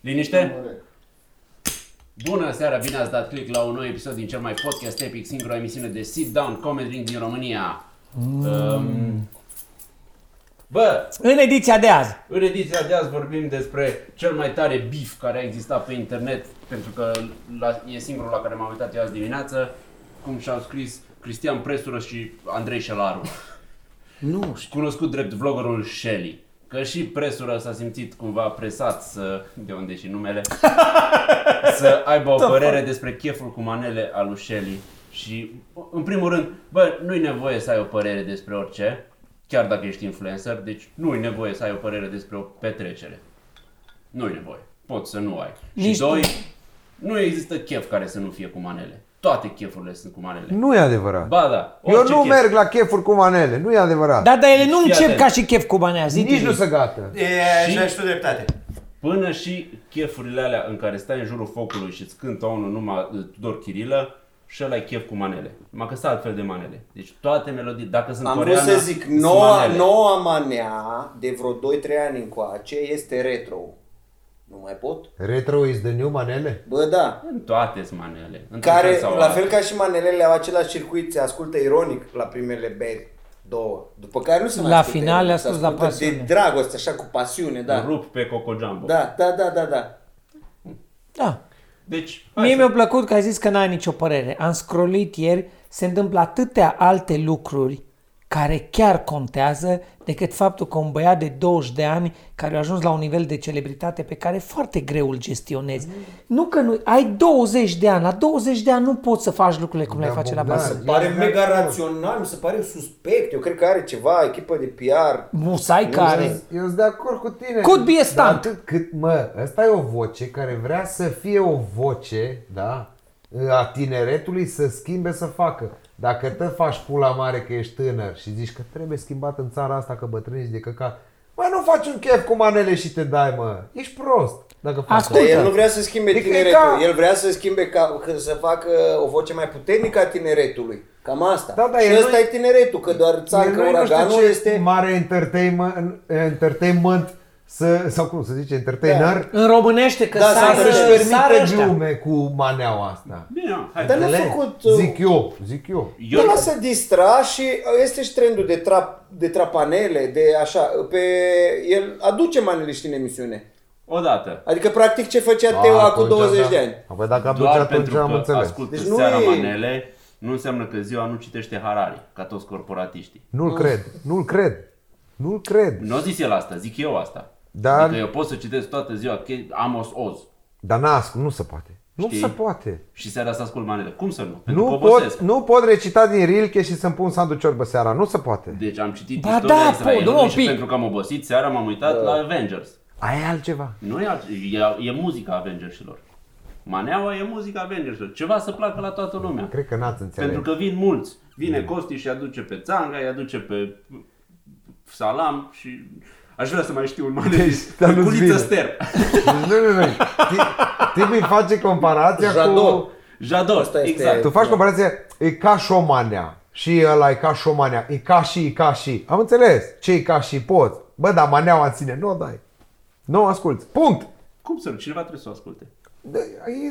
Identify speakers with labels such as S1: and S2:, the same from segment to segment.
S1: Liniște? Bună seara, bine ați dat click la un nou episod din cel mai podcast epic, singura emisiune de sit down comedy din România. Um, bă,
S2: În ediția de azi.
S1: în ediția de azi vorbim despre cel mai tare beef care a existat pe internet, pentru că la, e singurul la care m-am uitat eu azi dimineață, cum și-au scris Cristian Presură și Andrei Șelaru.
S3: Nu știu.
S1: cunoscut drept vloggerul Shelly. Că și presură s-a simțit cumva presat să, de unde și numele, să aibă o părere despre cheful cu manele al lui Shelly. Și, în primul rând, bă, nu-i nevoie să ai o părere despre orice, chiar dacă ești influencer, deci nu-i nevoie să ai o părere despre o petrecere. Nu-i nevoie. Poți să nu ai.
S2: Nici
S1: și doi, nu există chef care să nu fie cu manele. Toate chefurile sunt cu manele.
S3: Nu e adevărat.
S1: Ba da,
S3: Eu
S1: orice
S3: nu
S1: chef.
S3: merg la chefuri cu manele, nu e adevărat.
S2: Dar, dar ele nu
S1: Fii
S2: încep
S1: atent.
S2: ca și chef cu banii aia, zi
S3: Nici nu
S2: Tibi.
S3: se gata.
S4: E,
S1: Și-
S4: și ai și tu dreptate.
S1: Până și chefurile alea în care stai în jurul focului și îți cântă unul numai uh, Tudor Chirilă, și ăla e chef cu manele. Numai că sunt altfel de manele. Deci toate melodii, dacă sunt
S5: Am vrut
S1: coreană,
S5: să zic,
S1: sunt
S5: noua,
S1: manele.
S5: noua manea de vreo 2-3 ani încoace este retro. Nu mai pot?
S3: Retro is the new manele?
S5: Bă, da.
S1: În toate sunt manele. Într-un
S5: Care,
S1: fel sau
S5: la
S1: altul.
S5: fel ca și manelele, au același circuit, se ascultă ironic la primele beri, două. După care nu se mai
S2: La
S5: ascultă
S2: final
S5: ironic,
S2: le
S5: se
S2: asculți la
S5: ascultă
S2: pasiune.
S5: De dragoste, așa, cu pasiune, da.
S1: Rup pe Coco Jumbo.
S5: Da, da, da, da, da.
S2: Da.
S1: Deci, hai
S2: Mie
S1: să-
S2: mi-a plăcut că ai zis că n-ai nicio părere. Am scrollit ieri, se întâmplă atâtea alte lucruri care chiar contează decât faptul că un băiat de 20 de ani care a ajuns la un nivel de celebritate pe care foarte greu îl gestionezi. Nu că nu, ai 20 de ani, la 20 de ani nu poți să faci lucrurile cum le
S3: Da,
S2: face la
S3: Bogdan.
S2: bază.
S5: Pare
S3: Eu nu
S5: mega
S3: cred.
S5: rațional, mi se pare suspect. Eu cred că are ceva, echipă de PR.
S2: Musai care...
S3: Eu sunt de acord cu tine.
S2: Could be a
S3: Dar
S2: stunt.
S3: Atât cât, mă, ăsta e o voce care vrea să fie o voce, da, a tineretului să schimbe să facă. Dacă te faci pula mare că ești tânăr și zici că trebuie schimbat în țara asta că bătrânii sunt de căcat, mă, nu faci un chef cu manele și te dai, mă. Ești prost. Dacă faci
S2: Ascult-
S5: Dar
S2: Uite.
S5: el nu vrea să schimbe
S3: Adică e
S5: tineretul,
S3: ca-
S5: el vrea să schimbe ca, că să facă o voce mai puternică a tineretului. Cam asta.
S3: Da, da,
S5: și
S3: el
S5: ăsta
S3: nu-
S5: e tineretul, că doar țancă
S3: Noi nu
S5: uraganul
S3: știu ce
S5: este...
S3: mare entertainment, entertainment să, sau cum să zice, entertainer,
S2: În românește că
S5: Da,
S2: sară,
S5: să își
S3: să-și
S2: sară
S3: permite
S2: ăștia.
S3: glume cu maneaua asta.
S1: Bine, mă, hai.
S5: Dar nu a
S3: Înțelegi?
S5: făcut... uh,
S3: Zic eu, zic eu.
S1: Eu,
S5: Eu ăla se distra și uh, este și trendul de, trap, de trapanele, de așa, pe, el aduce maneliști în emisiune.
S1: odată,
S5: Adică practic ce făcea Teo acum 20
S1: da.
S5: de ani.
S3: da. Apoi dacă aduce
S1: doar
S3: atunci
S1: pentru
S3: am
S1: că
S3: înțeles.
S1: ascultă
S5: Deci nu
S1: seara
S5: e-
S1: manele, nu înseamnă că ziua nu citește Harari, ca toți corporatiștii.
S3: Nu-l cred, nu-l cred, nu-l cred.
S1: Nu a zis el asta, zic eu asta.
S3: Dar-
S1: Adică eu pot să citesc toată ziua che- Amos Oz
S3: Dar n-asc, nu se poate. Nu
S1: Știi?
S3: se poate.
S1: și seara asta ascult manele. Cum să nu? Pentru că
S3: Nu
S1: obosesc.
S3: pot, nu pot recita din Rilke și să-mi pun sandu ciorbă seara. Nu se poate.
S1: Deci am citit
S2: Ba
S1: istoria
S2: da, po,
S1: Israelului
S2: domnul,
S1: și
S2: pic.
S1: pentru că am obosit, seara m-am
S3: Da.
S1: uitat la Avengers.
S3: Aia e altceva.
S1: Nu e, alt, e, e muzica Avengersilor. Maneaua e muzica Avengersilor. Ceva să placă la toată lumea.
S3: Cred că Mm. n-ați înțeles.
S1: Pentru că vin mulți. Vine Costi și aduce pe Țanga, îi aduce pe Salam și... Aș vrea să mai știu un manelist.
S3: Deci, dar nu-ți
S1: Culiță
S3: vine.
S1: Ster.
S3: Deci, nu, nu, nu. Ti- Tipi face comparația cu...
S5: Jadot.
S1: Jadot,
S5: Asta este-
S1: exact.
S3: Tu faci comparația, e ca șomania. Și ăla e ca șomania, e ca și, e ca și. Am înțeles, ce e ca și poți. Bă, dar maneaua în ține, nu o dai. Nu o asculți. Punct.
S1: Cum să nu? Cineva trebuie să o asculte.
S3: Da,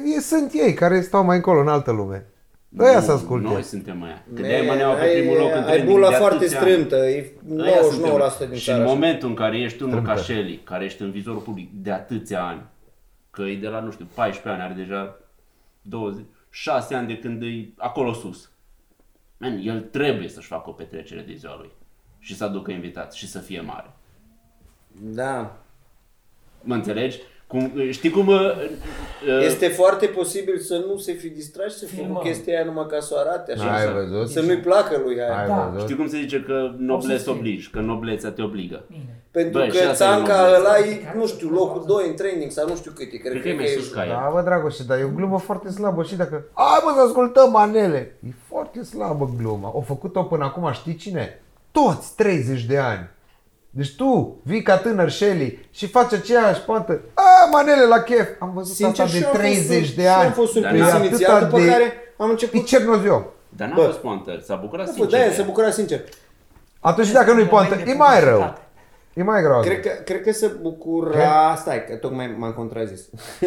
S3: e, e, sunt ei care stau mai încolo în altă lume. Da, ea
S1: Nu,
S3: să asculte.
S1: Noi suntem aia. Că de-aia maneaua pe
S5: ai-
S1: primul loc în
S5: Ai
S1: trending
S5: bula
S1: de
S5: foarte
S1: atâția ani.
S5: strâmtă, e 99%
S1: Aia suntem.
S5: din
S1: Și în
S5: țară. așa.
S1: momentul în care ești unul ca
S3: Trâmtă.
S1: Shelly, care ești în vizorul public de atâția ani, că e de la, nu știu, 14 ani, are deja 20, 6 ani de când e acolo sus. Man, el trebuie să-și facă o petrecere de ziua lui și să aducă invitați și să fie mare.
S5: Da.
S1: Mă înțelegi? Cum, știi cum... uh, uh,
S5: Este foarte posibil să nu se fi distrat și să fie cu chestia aia numai ca să o arate așa.
S3: Ai
S5: Să-
S3: văzut?
S5: Să nu-i placă lui aia.
S3: Ai
S2: Da.
S3: văzut?
S1: Știi cum se zice că noblesse
S2: să fie.
S1: oblige, că noblețea te obligă.
S5: Pentru
S1: Bă,
S5: Bă,
S1: și asta
S5: că
S1: e
S5: țanca
S1: normal.
S5: ăla e, nu știu, locul 2 în training sau nu știu cât e. Cred
S1: Cred că e mai sus ca el.
S3: Da, bă, Dragoșe, dar e o glumă foarte slabă și dacă... Hai, mă, să ascultăm manele! E foarte slabă gluma. O făcut-o până acum, știi cine? Toți 30 de ani. Deci tu vii ca tânăr Shelly și faci aceeași pantă. A, manele la chef! Am văzut asta de
S5: și-am fost-
S3: 30 de
S5: și-am
S3: ani.
S5: fost
S3: E
S5: surprins
S3: atâta
S5: inițial, după
S3: de-
S5: care am
S3: E
S5: început...
S3: cernoziom.
S1: Dar n-a
S5: Bă.
S1: fost poantă, s-a bucurat
S5: Bă,
S1: sincer.
S5: da,
S1: de
S5: aia
S1: ea.
S5: se bucura sincer.
S3: Atunci dacă nu-i poantă, e mai rău. E mai grav.
S5: Cred că, cred că se bucura... Stai, că tocmai m-am contrazis.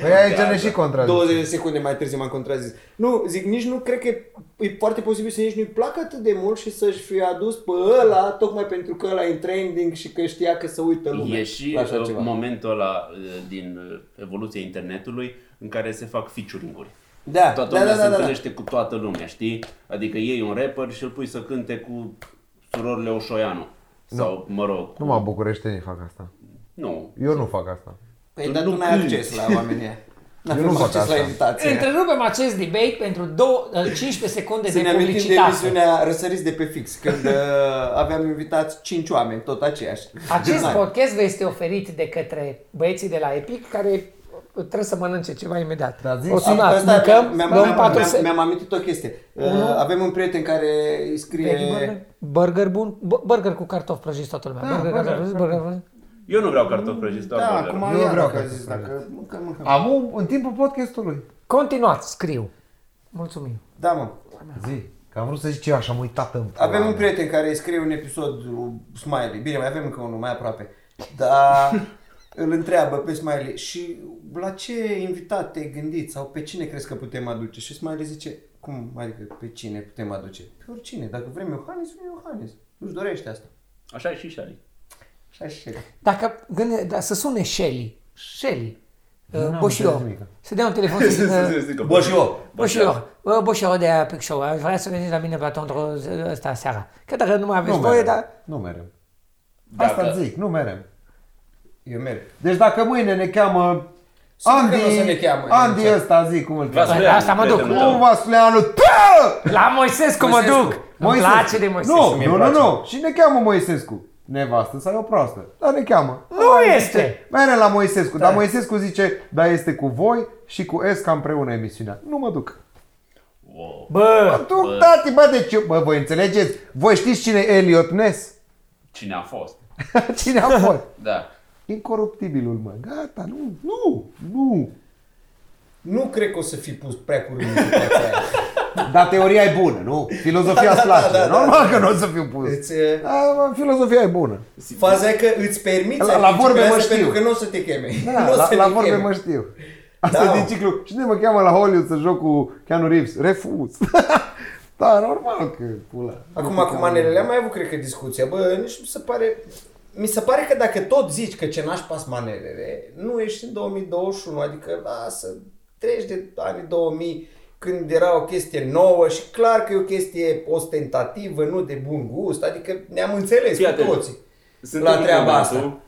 S3: Păi aici
S1: Da,
S3: ne
S1: da.
S3: și contrazic.
S5: 20 de secunde mai târziu m-am contrazis. Nu, zic, nici nu cred că e foarte posibil să nici nu-i placă atât de mult și să-și fi adus pe ăla, tocmai pentru că ăla e în trending și că știa că se uită lumea.
S1: E și
S5: la așa
S1: uh,
S5: ceva.
S1: momentul ăla uh, din uh, evoluția internetului în care se fac featuring-uri.
S5: Da,
S1: Toată
S5: da,
S1: lumea
S5: da,
S1: se
S5: da, da.
S1: întâlnește cu toată lumea, știi? Adică iei un rapper și îl pui să cânte cu surorile Oșoianu. Sau, mă rog,
S3: Nu mă bucureștenii fac asta.
S1: nu.
S3: Eu nu fac asta.
S5: Păi,
S1: Tu
S5: dar
S1: nu
S5: tu n-ai
S1: cânti.
S5: acces la oamenii ăia.
S3: Eu nu
S5: N-avem
S3: fac
S5: acces la
S3: asta.
S5: invitație.
S2: Întrerupem acest debate pentru două, 15 secunde
S5: Să
S2: de
S5: ne amintim de
S2: publicitate.
S5: emisiunea Răsăriți de pe fix, când uh, aveam invitați 5 oameni, tot aceiași.
S2: Acest
S5: Design.
S2: podcast vă este oferit de către băieții de la Epic care trebuie să mănânce ceva imediat.
S3: Da, zi.
S2: o
S5: Asta
S2: sunat,
S5: mi-am-
S2: mâncăm,
S5: mi-am,
S2: luăm
S5: mi-am,
S2: patru
S5: mi-am-
S2: se...
S5: mi-am amintit o chestie. Uh, avem un prieten care îi
S2: Patty
S5: scrie...
S2: burger? Burger bun? Bu- Burger cu cartofi prăjiți toată lumea. burger,
S3: burger,
S2: cartofi prăjiți, burger, burger.
S1: Eu nu vreau cartofi prăjiți, doar
S5: Da,
S1: burger.
S5: acum
S3: Eu
S5: eu vreau
S3: vreau
S5: că a
S3: să
S5: zis, dacă mâncăm, mâncăm.
S3: Am în timpul podcastului.
S2: Continuați, scriu. Mulțumim.
S5: Da, mă.
S3: Zi. Că am vrut să zic ceva și am uitat în pula
S5: Avem un
S3: mea.
S5: prieten care îi scrie un episod lui Smiley. Bine, mai avem încă unul mai aproape. Dar îl întreabă pe Smiley și la ce invitat te-ai gândit sau pe cine crezi că putem aduce? Și Smiley zice, cum adică pe cine putem aduce? Pe oricine. Dacă vrem Iohannis, vrem Iohannis. Nu-și dorește asta.
S1: Așa e și
S2: Păi,
S1: Shali.
S5: Așa și el.
S2: Dacă gânde, da, să sune Shelly. Shelly.
S3: n-am
S2: Boșio.
S3: înțeles nimic.
S2: Să dea un telefon uh, să zică...
S5: Bă, și eu.
S2: Boșio, bă, Boșio de Epic Show, aș vrea să veniți la mine pe Tondro ăsta seara. Că dacă nu mai aveți
S3: Nu
S2: voie,
S3: merem.
S2: dar...
S3: Nu merem.
S1: Dacă-
S3: da? Asta zic, nu merem.
S5: Eu merg.
S3: Deci dacă mâine ne cheamă
S5: Sigur că
S3: Andy,
S5: nu o să ne cheamă,
S3: Andy
S5: Ionuț.
S3: ăsta zic cum îl cheamă.
S2: Vas-
S1: Vasleanu,
S2: păi, asta mă duc.
S1: prietenul tău.
S3: Nu Vasleanu, pă!
S2: La Moisescu mă
S5: Moisescu.
S2: duc! Îmi place de Moisescu.
S3: Nu,
S5: mie
S3: nu,
S5: îmi
S3: nu,
S5: place.
S3: nu. Și ne cheamă Moisescu. Nevastă sau e o proastă. Dar ne cheamă.
S2: Nu
S3: Hai,
S2: este.
S3: zice, Mere la Moisescu. Dar Moisescu zice, da este cu voi și cu Esca împreună emisiunea. Nu mă duc.
S1: Wow.
S2: Bă,
S3: Tu, tati, bă, de ce? Bă, voi înțelegeți? Voi știți cine e Elliot Ness?
S1: Cine a fost?
S3: Cine a fost?
S1: Da.
S3: Incoruptibilul, mă. Gata, nu, nu, nu.
S5: Nu cred că o să fi pus prea curând în fața aia.
S3: Dar Da, teoria e bună, nu? Filozofia îți place.
S5: da, da,
S3: Normal că nu o să fiu pus.
S5: Îți, uh,
S3: Da, mă, filozofia e bună.
S5: Faza e că îți permiți
S3: La- la vorbe
S5: activitățile
S3: mă
S5: astea
S3: știu.
S5: Pentru că nu o să te cheme.
S3: Da,
S5: nu o
S3: la,
S5: să
S3: la
S5: te
S3: vorbe
S5: cheme.
S3: mă știu. Asta
S5: Da,
S3: e din
S5: mă.
S3: ciclu. Cine mă cheamă la Hollywood să joc cu Keanu Reeves? Refuz. da, normal că pula.
S5: Acum, cu manelele, am mai avut, cred că, discuția. Bă, nici nu se pare... Mi se pare că dacă tot zici că ce n-aș pas manelele, nu ești în 2021, adică lasă, treci de anii 2000 când era o chestie nouă și clar că e o chestie ostentativă, nu de bun gust, adică ne-am înțeles
S1: Fii
S5: cu
S1: atent.
S5: toții
S1: Sunt
S5: la treaba asta.
S1: momentul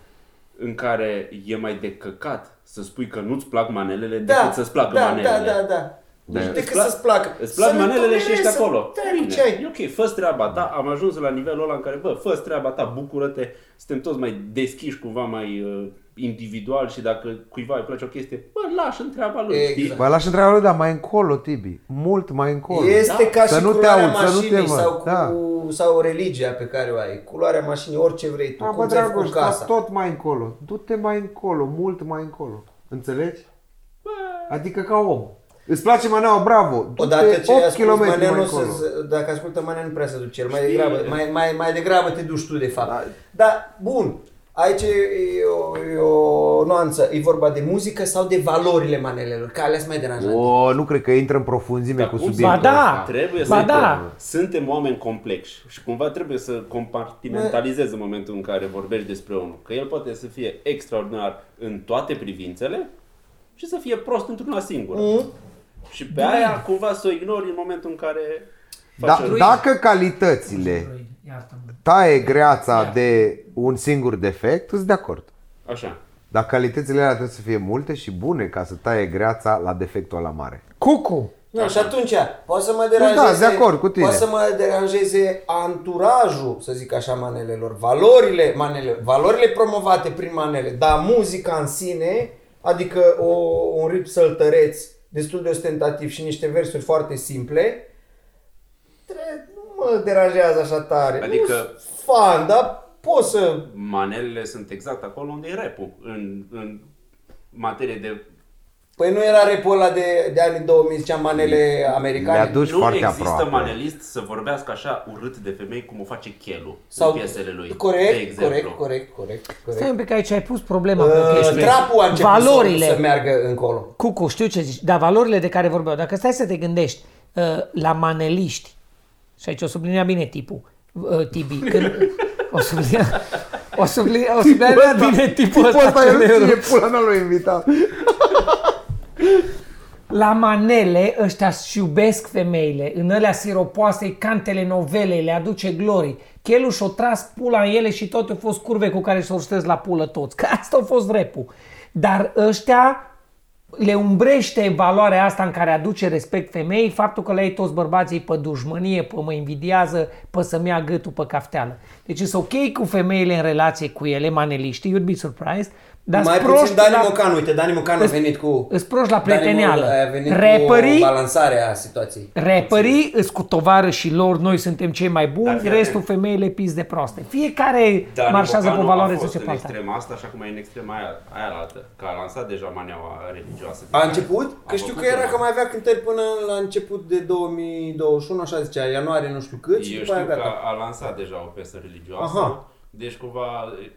S1: în care e mai de căcat să spui că nu-ți plac manelele
S5: Da,
S1: decât să-ți placă
S5: da,
S1: manelele.
S5: da, da, da. Deci
S1: Îți
S5: decât
S1: plac-
S5: să-ți placă.
S1: Îți plac
S5: Să le
S1: manelele și ești
S5: tolerezi, să
S1: acolo.
S5: treci
S1: Bine,
S5: ce ai.
S1: E ok, fă treaba ta, am ajuns la nivelul ăla în care, bă, fă treaba ta, bucură-te, suntem toți mai deschiși cumva mai uh, individual și dacă cuiva îi place o chestie, bă, lași în treaba lui,
S5: Exact.
S1: știi?
S3: Bă, lași întreabă lui, dar mai încolo, Tibi. Mult mai încolo.
S5: Este ca
S3: Să
S5: și
S3: nu te
S5: culoarea
S3: aud, să nu te
S5: mașinii
S3: văd,
S5: sau, cu,
S3: da.
S5: sau religia pe care o ai. Culoarea mașinii, orice vrei tu,
S3: Da, bă,
S5: cum ți-ai făcut
S3: Dragoș, dar
S5: casa.
S3: tot mai încolo. Du-te mai încolo, mult mai încolo. Înțelegi? Adică ca om. Îți place Maneaua, bravo. Du-te
S5: Odată ce
S3: 8
S5: asculti
S3: km mai
S5: Manea, nu
S3: încolo.
S5: se, dacă ascultă Manea nu prea se duce el, mai degrabă, mai, mai, mai degrabă te duci tu de fapt. Da. Dar, bun, aici e, e, o, e o nuanță, e vorba de muzică sau de valorile manelelor, că alea sunt mai deranjante. Oh.
S3: O, nu cred că intră în profunzime
S1: Dar
S3: Păi cu
S1: cum
S3: subiectul
S1: să-
S2: Ba da!
S3: ăsta.
S1: Trebuie
S2: Ba
S1: să
S2: da!
S1: suntem oameni complexi și cumva trebuie să compartimentalizez în momentul în care vorbești despre unul. Că el poate să fie extraordinar în toate privințele și să fie prost într-una singură. Mm. Și
S5: Da.
S1: pe aia cumva să o ignori în momentul în care faci
S3: Da,
S1: o-
S3: dacă calitățile taie greața de un singur defect, sunt de acord.
S1: Așa.
S3: Dar calitățile alea trebuie să fie multe și bune ca să taie greața la defectul la mare.
S2: Cucu!
S5: Nu, și atunci, poate să mă deranjeze,
S3: Da, de acord cu tine.
S5: poate să mă deranjeze anturajul, să zic așa, manelelor, valorile, manele, valorile promovate prin manele, dar muzica în sine, adică o, un rip săltăreț destul de ostentativ și niște versuri foarte simple, tre- nu mă deranjează așa tare.
S1: Adică-
S5: Nu sunt fan, dar pot să...
S1: Manelele sunt exact acolo unde e rap în, în materie de
S5: Păi nu era repul ăla de, de anii 2000, ziceam manele americane?
S3: Mi-aduc- Duci
S1: Nu
S3: foarte
S1: există
S3: aproape.
S1: manelist să vorbească așa urât de femei cum o face Chelu Sau...
S5: Sau-
S1: în piesele lui. de
S5: Corect,
S1: exemplu.
S5: corect, corect, corect,
S2: Stai
S5: corect.
S2: un pic aici, ai pus problema. mea, că
S5: Uh,
S2: ești-
S5: trapul a început
S2: Valorile.
S5: Valorile. să meargă încolo.
S2: Cucu, știu ce zici, dar valorile de care vorbeau, dacă stai să te gândești uh, la maneliști, și aici o sublinea bine tipul, uh, Tibi, când, o sublinea, o sublinea, o sublinea bine tipul
S1: da,
S3: Tipul ăsta
S2: ăsta,
S3: e
S2: celebrul.
S3: e pula mea lui invitat.
S2: La manele ăștia își iubesc femeile, în alea siropoase, ca în telenovele, le aduce glorii. Chelu și-o tras pula în ele și toate au fost curve cu care s-o ștez la pulă toți, că asta a fost repul. Dar ăștia le umbrește valoarea asta în care aduce respect femeii, faptul că le ai toți bărbații pe dușmănie, pe mă invidiază, pe să-mi ia gâtul pe cafteală. Deci sunt ok cu femeile în relație cu ele, maneliștii, you'd be surprised, dar
S5: Mai
S2: sunt proști
S5: puțin Dani
S2: la-
S5: Mocan, uite, Dani Mocan a venit cu...
S2: îs proști la
S5: Dani
S2: pleteneală.
S5: Mocan A venit
S2: Rapperii-
S5: cu balansarea situației.
S2: Rapperii îs cu tovarășii lor, noi suntem cei mai
S1: Dar
S2: buni,
S1: fii
S2: restul
S1: atent.
S2: femeile pis de proaste. Fiecare
S1: Dani
S2: marșează pe
S1: Bocanu
S2: valoare
S1: a fost în
S2: socială.
S1: extrema asta, așa cum e în extrema aia, aia altă, că a lansat deja maneaua religioasă.
S5: A început? Că
S1: A
S5: știu că
S1: făcut-o.
S5: era că mai avea cântări până la început de 2021, așa zicea, ianuarie, nu știu cât, și
S1: Eu
S5: după
S1: știu
S5: aia
S1: că
S5: gata.
S1: a lansat deja o piesă religioasă,
S5: Aha.
S1: deci cumva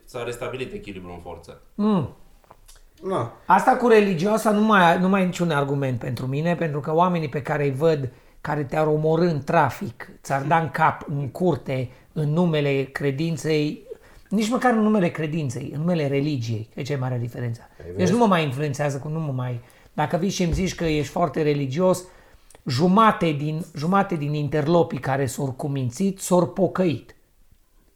S1: s-a restabilit echilibrul în forță.
S2: Mm.
S5: Na.
S2: Asta cu religioasa nu mai, nu mai e niciun argument pentru mine, pentru că oamenii pe care îi văd, care te-ar omorâ în trafic, ți-ar da în cap, în curte, în numele credinței, nici măcar în numele credinței, în numele religiei, că e cea mai mare diferență. Deci nu mă mai influențează, cu nu mă mai... Dacă vii și îmi zici că ești foarte religios, jumate din, jumate din interlopii care s-au cumințit, s-au pocăit.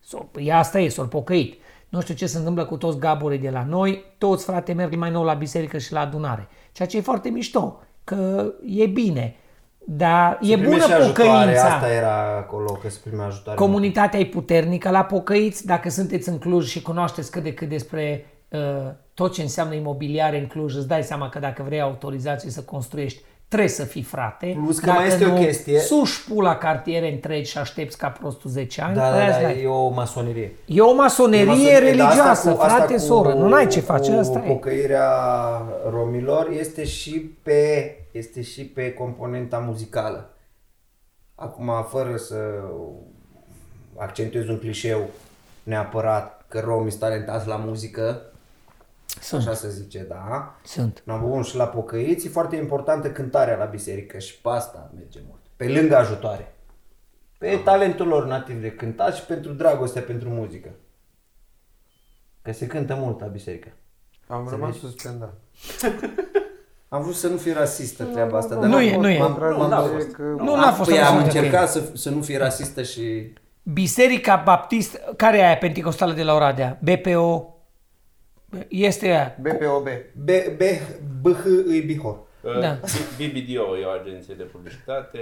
S2: S-o, păi asta e, s-au pocăit. Nu știu ce se întâmplă cu toți gaburii de la noi, toți frate merg mai nou la biserică și la adunare. Ceea ce e foarte mișto, că e bine. Dar e bună
S5: Primești ajutoare,
S2: pocăința.
S5: Asta era acolo, că se primea ajutoare.
S2: Comunitatea e puternică la pocăiți. Dacă sunteți în Cluj și cunoașteți cât de cât despre uh, tot ce înseamnă imobiliare în Cluj, îți dai seama că dacă vrei autorizație să construiești, trebuie să fii frate.
S5: Plus că
S2: dacă
S5: mai este o
S2: nu,
S5: chestie.
S2: Suși pula cartiere întregi și aștepți ca prostul 10 ani. păi
S5: Da, da,
S2: prea îți
S5: da,
S2: dai.
S5: e o masonerie.
S2: E o masonerie
S5: Masonerie, dar
S2: religioasă,
S5: asta cu- asta
S2: frate,
S5: cu-
S2: soră. Nu ai ce face,
S5: cu
S2: asta e.
S5: Pocăirea romilor este și pe, este și pe componenta muzicală. Acum, fără să accentuez un clișeu neapărat că romii sunt talentați la muzică, așa
S2: Sunt,
S5: se zice, da.
S2: sunt.
S5: Na, bun, și la pocăiți e foarte importantă cântarea la biserică și pe asta merge mult. Pe lângă ajutoare. Pe talentul lor nativ de cântat și pentru dragoste, pentru muzică. Că se cântă mult la biserică.
S3: Am rămas suspendat.
S5: Da, Am vrut să nu fii rasistă treaba asta, dar
S2: Nu
S5: n-am
S2: e,
S5: fost.
S2: nu e.
S5: M-am- m-am-
S2: Nu, n-a fost
S5: Păi
S2: așa
S5: am
S2: de ok.
S5: încercat să, să nu fii rasistă și...
S2: Biserica Baptist, care e aia pentecostală de la Oradea? BPO? Este aia.
S3: BPOB.
S5: B, B, BH îi Bihor.
S2: Da.
S1: BBDO e o agenție de publicitate,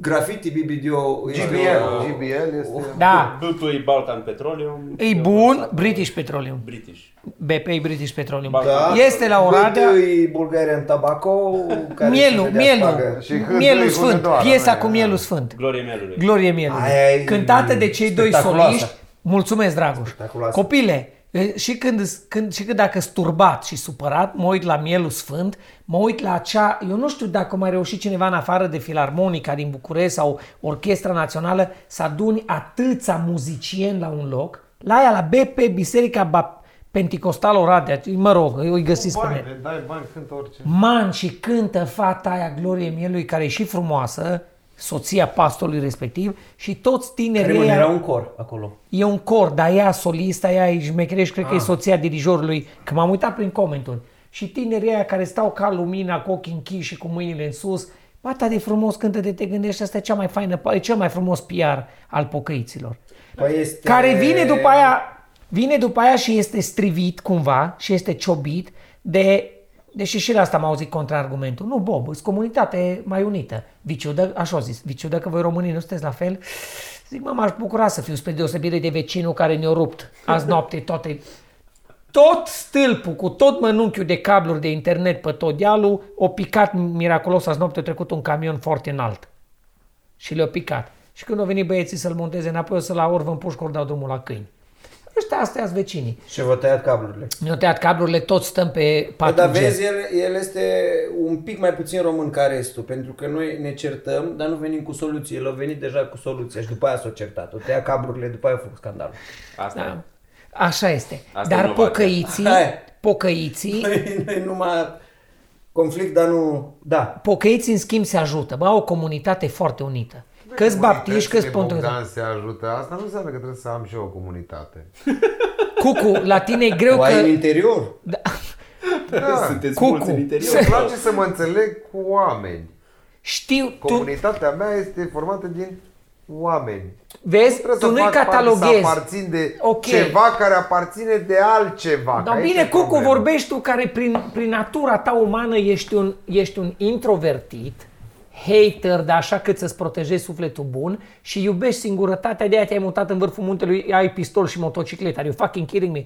S5: Graffiti, BBDO, îi
S3: GBL. GBL este...
S2: Da.
S1: BP e Balkan Petroleum.
S2: E bun, British Petroleum.
S1: British.
S2: BP e British Petroleum.
S1: Ba da.
S2: Este la Oradea.
S5: Îi Bulgarian Tobacco. care
S2: Mielul,
S5: se vedea
S2: mielul,
S5: spagă.
S3: Și hântui
S2: mielul
S3: cu
S2: sfânt,
S3: gândoară,
S2: piesa
S3: nu e,
S2: cu
S3: da.
S2: mielul sfânt,
S1: Glorie Melului.
S2: glorie mielului,
S5: Aia e
S2: cântată de cei doi
S5: spectaculoasă.
S2: soliști, mulțumesc Dragoș,
S5: Spectaculoasă.
S2: copile, e, și când, îs- când, și când dacă sunt turbat și supărat, mă uit la mielul sfânt, mă uit la acea, eu nu știu dacă mai reușit cineva în afară de Filarmonica din București sau Orchestra Națională să aduni atâția muzicieni la un loc, la aia, la BP, Biserica Bap- Pentecostal Oradea, mă rog, îi găsiți pe net.
S3: Bani, dai bani, cântă orice.
S2: Man și cântă fata aia Glorie Mielui, care e și frumoasă, soția pastorului respectiv, și toți
S5: Care,
S2: tinerii
S5: mă, nu
S2: ăia-
S5: Era un cor acolo.
S2: E un cor, dar ea solista, ea e șmecherești, cred că e
S5: Ah.
S2: soția dirijorului, că m-am uitat prin comenturi. Și tinerii aia care stau ca lumina, cu ochii închiși și cu mâinile în sus, bata de frumos cântă de te gândești, asta e cea mai faină, e cel mai frumos PR al pocăiților.
S5: Păi este...
S2: Care vine după aia, vine după aia și este strivit cumva și este ciobit de Deși și la asta m-au auzit contraargumentul. Nu, Bob, sunt comunitate mai unită. Viciudă, așa au zis, viciudă că voi românii nu sunteți la fel. Zic, mă, m-aș bucura să fiu spre deosebire de vecinul care ne-a rupt azi noapte toate tot stâlpul cu tot mănunchiul de cabluri de internet pe tot dealul, o picat miraculos azi noapte a trecut un camion foarte înalt și le-a picat. Și când au venit băieții să-l monteze înapoi, o să la orvă în pușcor dau drumul la câini. Ăștia, astea sunt vecinii.
S5: Și vă tăiat cablurile.
S2: Mi-au tăiat cablurile, toți stăm pe 4G.
S5: Păi, Dar vezi, el, el este un pic mai puțin român ca restul, pentru că noi ne certăm, dar nu venim cu soluții. El a venit deja cu soluția și după aia s-a certat. O tăia cablurile, după aia a făcut scandalul.
S1: Asta
S2: Da.
S1: da.
S2: Așa este.
S1: Asta e
S2: Dar
S1: inovația.
S2: pocăiții,
S5: Hai. Păi-
S2: pocăiții,
S5: Noi, noi numai conflict, dar nu... Da.
S2: pocăiții în schimb se ajută. Bă, au o comunitate foarte unită. Câți baptiști, câți
S3: Comunitățile
S2: pontrători.
S3: Păi Bogdan se ajută. Asta nu înseamnă că trebuie să am și eu o comunitate.
S2: Cucu, la tine e greu
S5: O ai în
S2: că...
S5: interior?
S3: Da.
S1: Sunteți
S2: Cucu.
S1: mulți în interior.
S3: Îmi place să mă înțeleg cu oameni.
S2: Știu, tu,
S3: Comunitatea mea este formată din oameni.
S2: vezi,
S3: Trebuie
S2: tu
S3: să
S2: nu-i
S3: fac parte,
S2: cataloghezi.
S3: Să aparțin de
S2: Ok.
S3: ceva care aparține de altceva.
S2: Dar
S3: că aici
S2: bine,
S3: e
S2: Cucu,
S3: problema.
S2: vorbești tu care prin, prin natura ta umană ești un, ești un introvertit, hater, dar așa cât să-ți protejezi sufletul bun și iubești singurătatea, de aia te-ai mutat în vârful muntelui, ai pistol și motocicletă, are you fucking kidding me?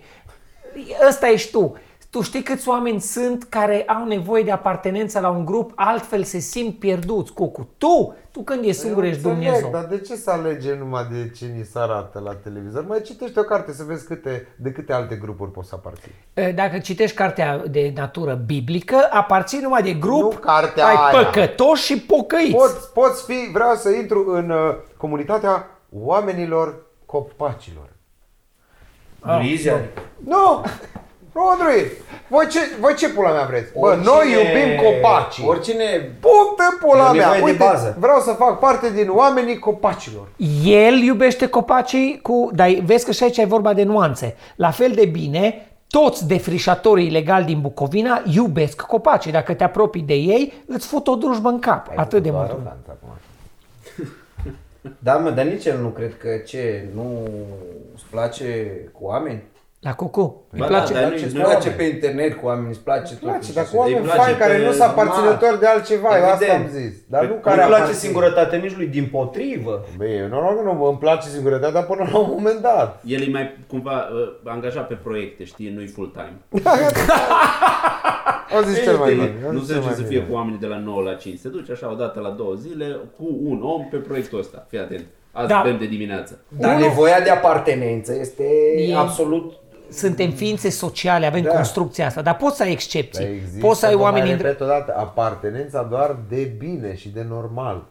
S2: Ăsta ești tu. Tu știi câți oameni sunt care au nevoie de apartenență la un grup, altfel se simt pierduți, Cucu. Tu, tu când ești singur
S3: Păi Eu
S2: ești
S3: înțeleg,
S2: Dumnezeu.
S3: Dar de ce să alege numai de ce ni se arată la televizor? Mai citește o carte să vezi câte, de câte alte grupuri poți să aparții.
S2: Ă, Dacă citești cartea de natură biblică, aparții numai de grup,
S3: Nu cartea
S2: ai
S3: aia.
S2: păcătoși și pocăiți.
S3: Poți, poți fi, vreau să intru în uh, comunitatea oamenilor copacilor.
S5: Grizi, adică.
S3: Nu! Rodri, voi ce, voi ce pula mea vreți? Bă,
S5: Oricine-
S3: noi iubim copacii.
S5: Oricine...
S3: Punctă pula
S5: E o nevoie
S3: mea.
S5: de
S3: Uite,
S5: bază.
S3: vreau să fac parte din oamenii copacilor.
S2: El iubește copacii cu... Dar vezi că și aici e vorba de nuanțe. La fel de bine, toți defrișatorii ilegali din Bucovina iubesc copacii. Dacă te apropii de ei, îți fut o drujbă în cap. Atât de mult.
S3: Aroganță acum.
S5: Da, mă, dar nici el nu cred că ce, nu îți place cu oameni?
S2: La cucu. Îi
S1: Ba
S2: place.
S1: da, dar nu-
S5: Îți
S1: nu-
S5: place
S1: oameni.
S5: pe internet cu oamenii, îți place tot.
S3: Îmi place,
S5: ce
S3: dar
S5: se
S3: cu oameni
S1: îi place
S3: fani care
S1: pe
S3: nu sunt aparținători de altceva, eu asta am
S5: Evident.
S3: zis. Dar nu
S5: Nu
S3: care
S5: care place
S3: aparțin.
S5: singurătatea nici lui, din potrivă.
S3: Bă, eu noroc că nu mă îmi place singurătatea până la un moment dat.
S1: El e mai cumva uh, angajat pe proiecte, știi, nu-i full-time.
S3: O zis cel mai
S1: Știi,
S3: bine.
S1: nu se duce
S3: duce
S1: să fie cu oamenii de la 9 la 5. Se duce așa o dată la două zile cu un om pe proiectul ăsta. Fii atent. Azi
S2: Da.
S1: da. bem de dimineață.
S5: Dar
S2: Unul-
S5: nevoia de apartenență este
S2: E-
S5: absolut...
S2: Suntem ființe sociale, avem da.
S5: Da.
S2: construcția asta. Dar poți să ai excepții.
S3: Dar Păi există,
S2: poți să ai
S3: vă
S2: oameni...
S3: Mai
S2: Între...
S3: repet o dată, apartenența doar de bine și de normal.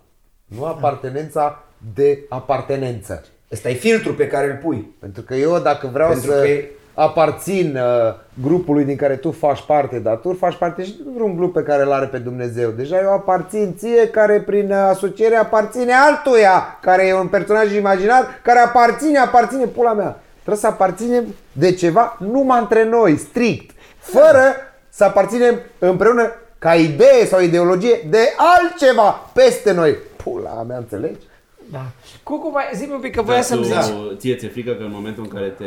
S3: Nu apartenența de apartenență.
S5: Ăsta e filtrul pe care îl pui.
S3: Pentru că eu dacă vreau
S5: Pentru
S3: să
S5: că-
S3: aparțin uh, grupului din care tu faci parte, dar tu faci parte și din vreun grup pe care îl are pe Dumnezeu. Deja eu aparțin ție care prin uh, asociere aparține altuia, care e un personaj imaginar, care aparține, aparține, pula mea. Trebuie să aparținem de ceva numai între noi, strict, fără să aparținem împreună ca idee sau ideologie de altceva peste noi. Pula mea, înțelegi?
S2: Da. Cucu, mai zi-mi un pic că voia
S1: Dar
S3: Da,
S2: să-mi
S1: tu-
S2: zici.
S1: Ție ți-e frică că în momentul în care te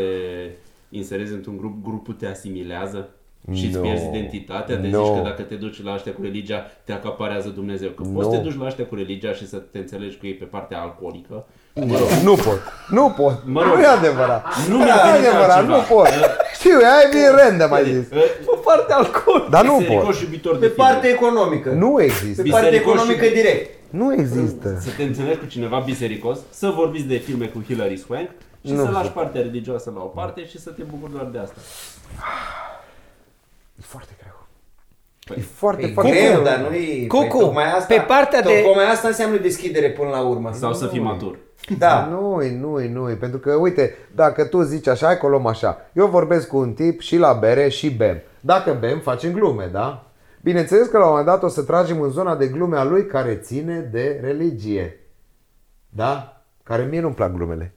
S1: inserezi într-un grup, grupul te asimilează? Și îți
S3: No.
S1: pierzi identitatea, te
S3: No.
S1: zici că dacă te duci la ăștia cu religia, te acaparează Dumnezeu. Că poți
S3: No.
S1: să te duci la ăștia cu religia și să te înțelegi cu ei pe partea alcoolică. Mă rog,
S3: Nu pot. Nu pot.
S1: Mă rog.
S3: Nu e adevărat.
S1: Nu
S3: Nu e
S1: mi-a venit
S3: adevărat.
S1: altceva. Păi,
S3: Nu pot. Știu, ai been random, ai zis.
S2: Pe partea alcool.
S3: Dar nu pot.
S1: Bisericoși iubitor de
S5: Pe partea
S1: fire.
S5: economică.
S3: Nu există.
S5: Pe partea
S1: Bisericoși-
S5: economică direct.
S3: Nu există.
S1: Să te înțelegi cu cineva bisericos, să vorbiți de filme cu Hillary Swank și
S3: Nu
S1: să lași partea religioasă la o parte și să te bucuri doar de asta.
S3: E foarte greu.
S1: Păi,
S3: E foarte,
S5: E
S3: foarte
S5: greu, dar nu e...
S2: Cucu,
S5: păi tocmai asta,
S2: pe partea de-
S5: Tocmai asta înseamnă deschidere până la urmă.
S1: Sau să fii matur.
S5: Da.
S3: Nu, nu, nu, pentru că uite, dacă tu zici așa, hai că o luăm așa. Eu vorbesc cu un tip și la bere și bem. Dacă bem, facem glume, da? Bineînțeles că la un moment dat o să tragem în zona de glume a lui care ține de religie. Da? Care mie nu-mi plac glumele.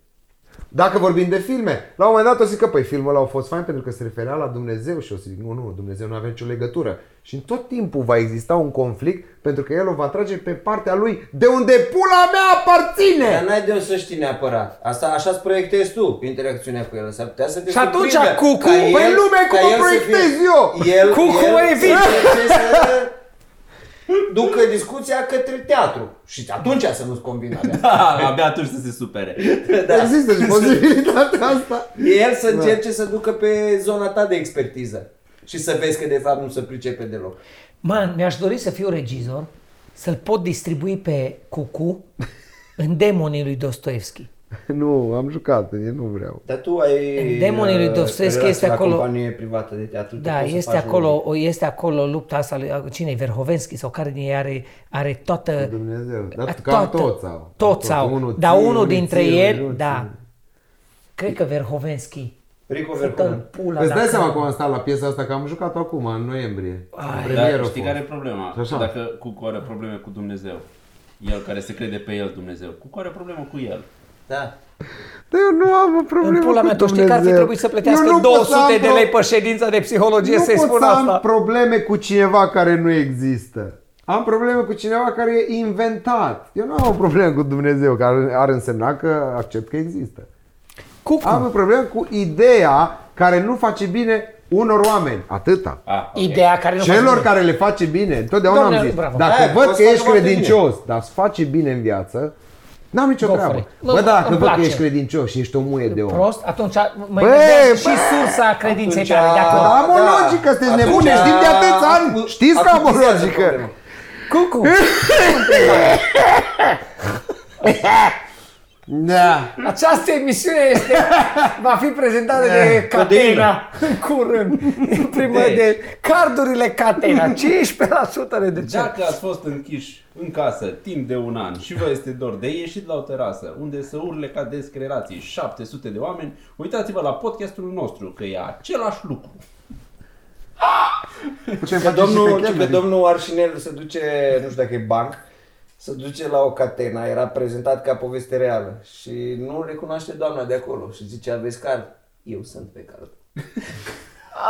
S3: Dacă vorbim de filme, la un moment dat o să zic că păi filmul ăla a fost fain pentru că se referea la Dumnezeu și o să zic nu, nu, Dumnezeu nu avea nicio legătură. Și în tot timpul va exista un conflict pentru că el o va trage pe partea lui de unde pula mea aparține.
S5: Dar n-ai de unde să știi neapărat. Asta așa îți proiectezi tu interacțiunea cu el. S-ar putea să te
S2: Și atunci,
S5: surprindă
S2: cucu,
S5: ca
S3: băi,
S5: el-
S3: lume, cum
S5: ca
S3: o
S5: el să
S3: proiectez
S5: fie-
S3: eu?
S5: El,
S2: Cucu,
S5: el
S2: mă
S5: să
S2: evit.
S5: încerce să ducă discuția către teatru. Și atunci să nu-ți convină. Da.
S1: Da, abia atunci să se supere.
S5: Da.
S3: Există Da. și posibilitatea asta.
S5: El să încerce să ducă pe zona ta de expertiză. Și să vezi că de fapt nu se pricepe deloc.
S2: Man, mi-aș dori să fiu regizor, să-l pot distribui pe Cucu în demonii lui Dostoevski.
S3: Nu, am jucat, eu nu vreau.
S5: Dar tu ai...
S2: Demonii lui
S5: uh,
S2: Dostoevski
S5: relații
S2: este
S5: la
S2: acolo.
S5: companie privată de teatru. tu
S2: Da,
S5: poți să
S2: este
S5: faci
S2: acolo, o, este acolo lupta asta lui, cine e Verhovenski sau care din ei are, are toată...
S3: Dumnezeu, dar
S2: a-
S3: cam toți au.
S2: Toți au, dar
S3: țin,
S2: unul
S3: unii
S2: dintre
S3: țin,
S2: ei,
S3: unii
S2: da,
S3: țin.
S2: cred că Verhovenski.
S5: Rico
S2: Dă-l
S5: Verhoeven.
S2: pula,
S3: Îți dai
S2: dacă-
S3: seama cum am stat la piesa asta, că am jucat acum, în noiembrie. Ai,
S1: Dar
S2: da,
S3: premieră
S1: știi care e problema?
S3: Așa.
S1: Dacă Cucu are probleme cu Dumnezeu, el care se crede pe el Dumnezeu, Cucu are problemă cu el.
S5: Da.
S3: Dar eu nu am o problemă
S2: În pula
S3: cu
S2: mea, tu știi că ar fi
S3: Dumnezeu.
S2: trebuit să plătească
S3: Eu nu pot să
S2: 200
S3: am
S2: de
S3: pro-
S2: lei pe ședința de psihologie
S3: nu
S2: să-i
S3: pot
S2: spun
S3: să am
S2: asta.
S3: probleme cu cineva care nu există. Am probleme cu cineva care e inventat. Eu nu am o problemă cu Dumnezeu, care ar însemna că accept că există.
S2: Cucu,
S3: Am o problemă cu ideea care nu face bine unor oameni. Atâta.
S1: Ah, ok.
S2: ideea care nu face
S3: Celor
S2: nimic.
S3: care le face bine, întotdeauna
S2: Doamne,
S3: am zis,
S2: bravo.
S3: dacă
S5: Aia,
S3: văd
S5: poți să
S3: că ești
S5: faci foarte
S3: credincios, dar îți face bine în viață, n-am nicio
S2: Go for
S3: treabă.
S2: it. Mă,
S3: Bă, dacă
S2: îmi
S3: văd că
S2: place.
S3: ești credincios și ești o muie de om.
S2: prost, atunci mă
S3: Bă,
S2: gândeam și
S3: bă,
S2: sursa credinței
S5: atunci-
S2: tale. Dacă...
S5: Da.
S3: Am o logică, sunteți
S5: Atunci-
S3: nebune, știm de atâția ani, știți că am o
S5: Acutizează
S3: logică.
S5: problema.
S2: Cucu,
S3: Da.
S2: această emisiune este, va fi prezentată de Catena în curând. În primă
S5: Deci.
S2: de cardurile Catena, 15% reducere.
S1: Dacă ați fost închiși în casă timp de un an și vă este dor de ieșit la o terasă unde să urle ca descrerații 700 de oameni, uitați-vă la podcastul nostru că e același lucru.
S3: Putem
S5: Că
S3: face și pe
S5: domnul, că
S3: Kennedy.
S5: domnul Arșinel se duce, nu știu dacă e banc, se duce la o catena, era prezentat ca poveste reală și nu recunoaște doamna de acolo și zice, aveți card? Eu sunt pe card.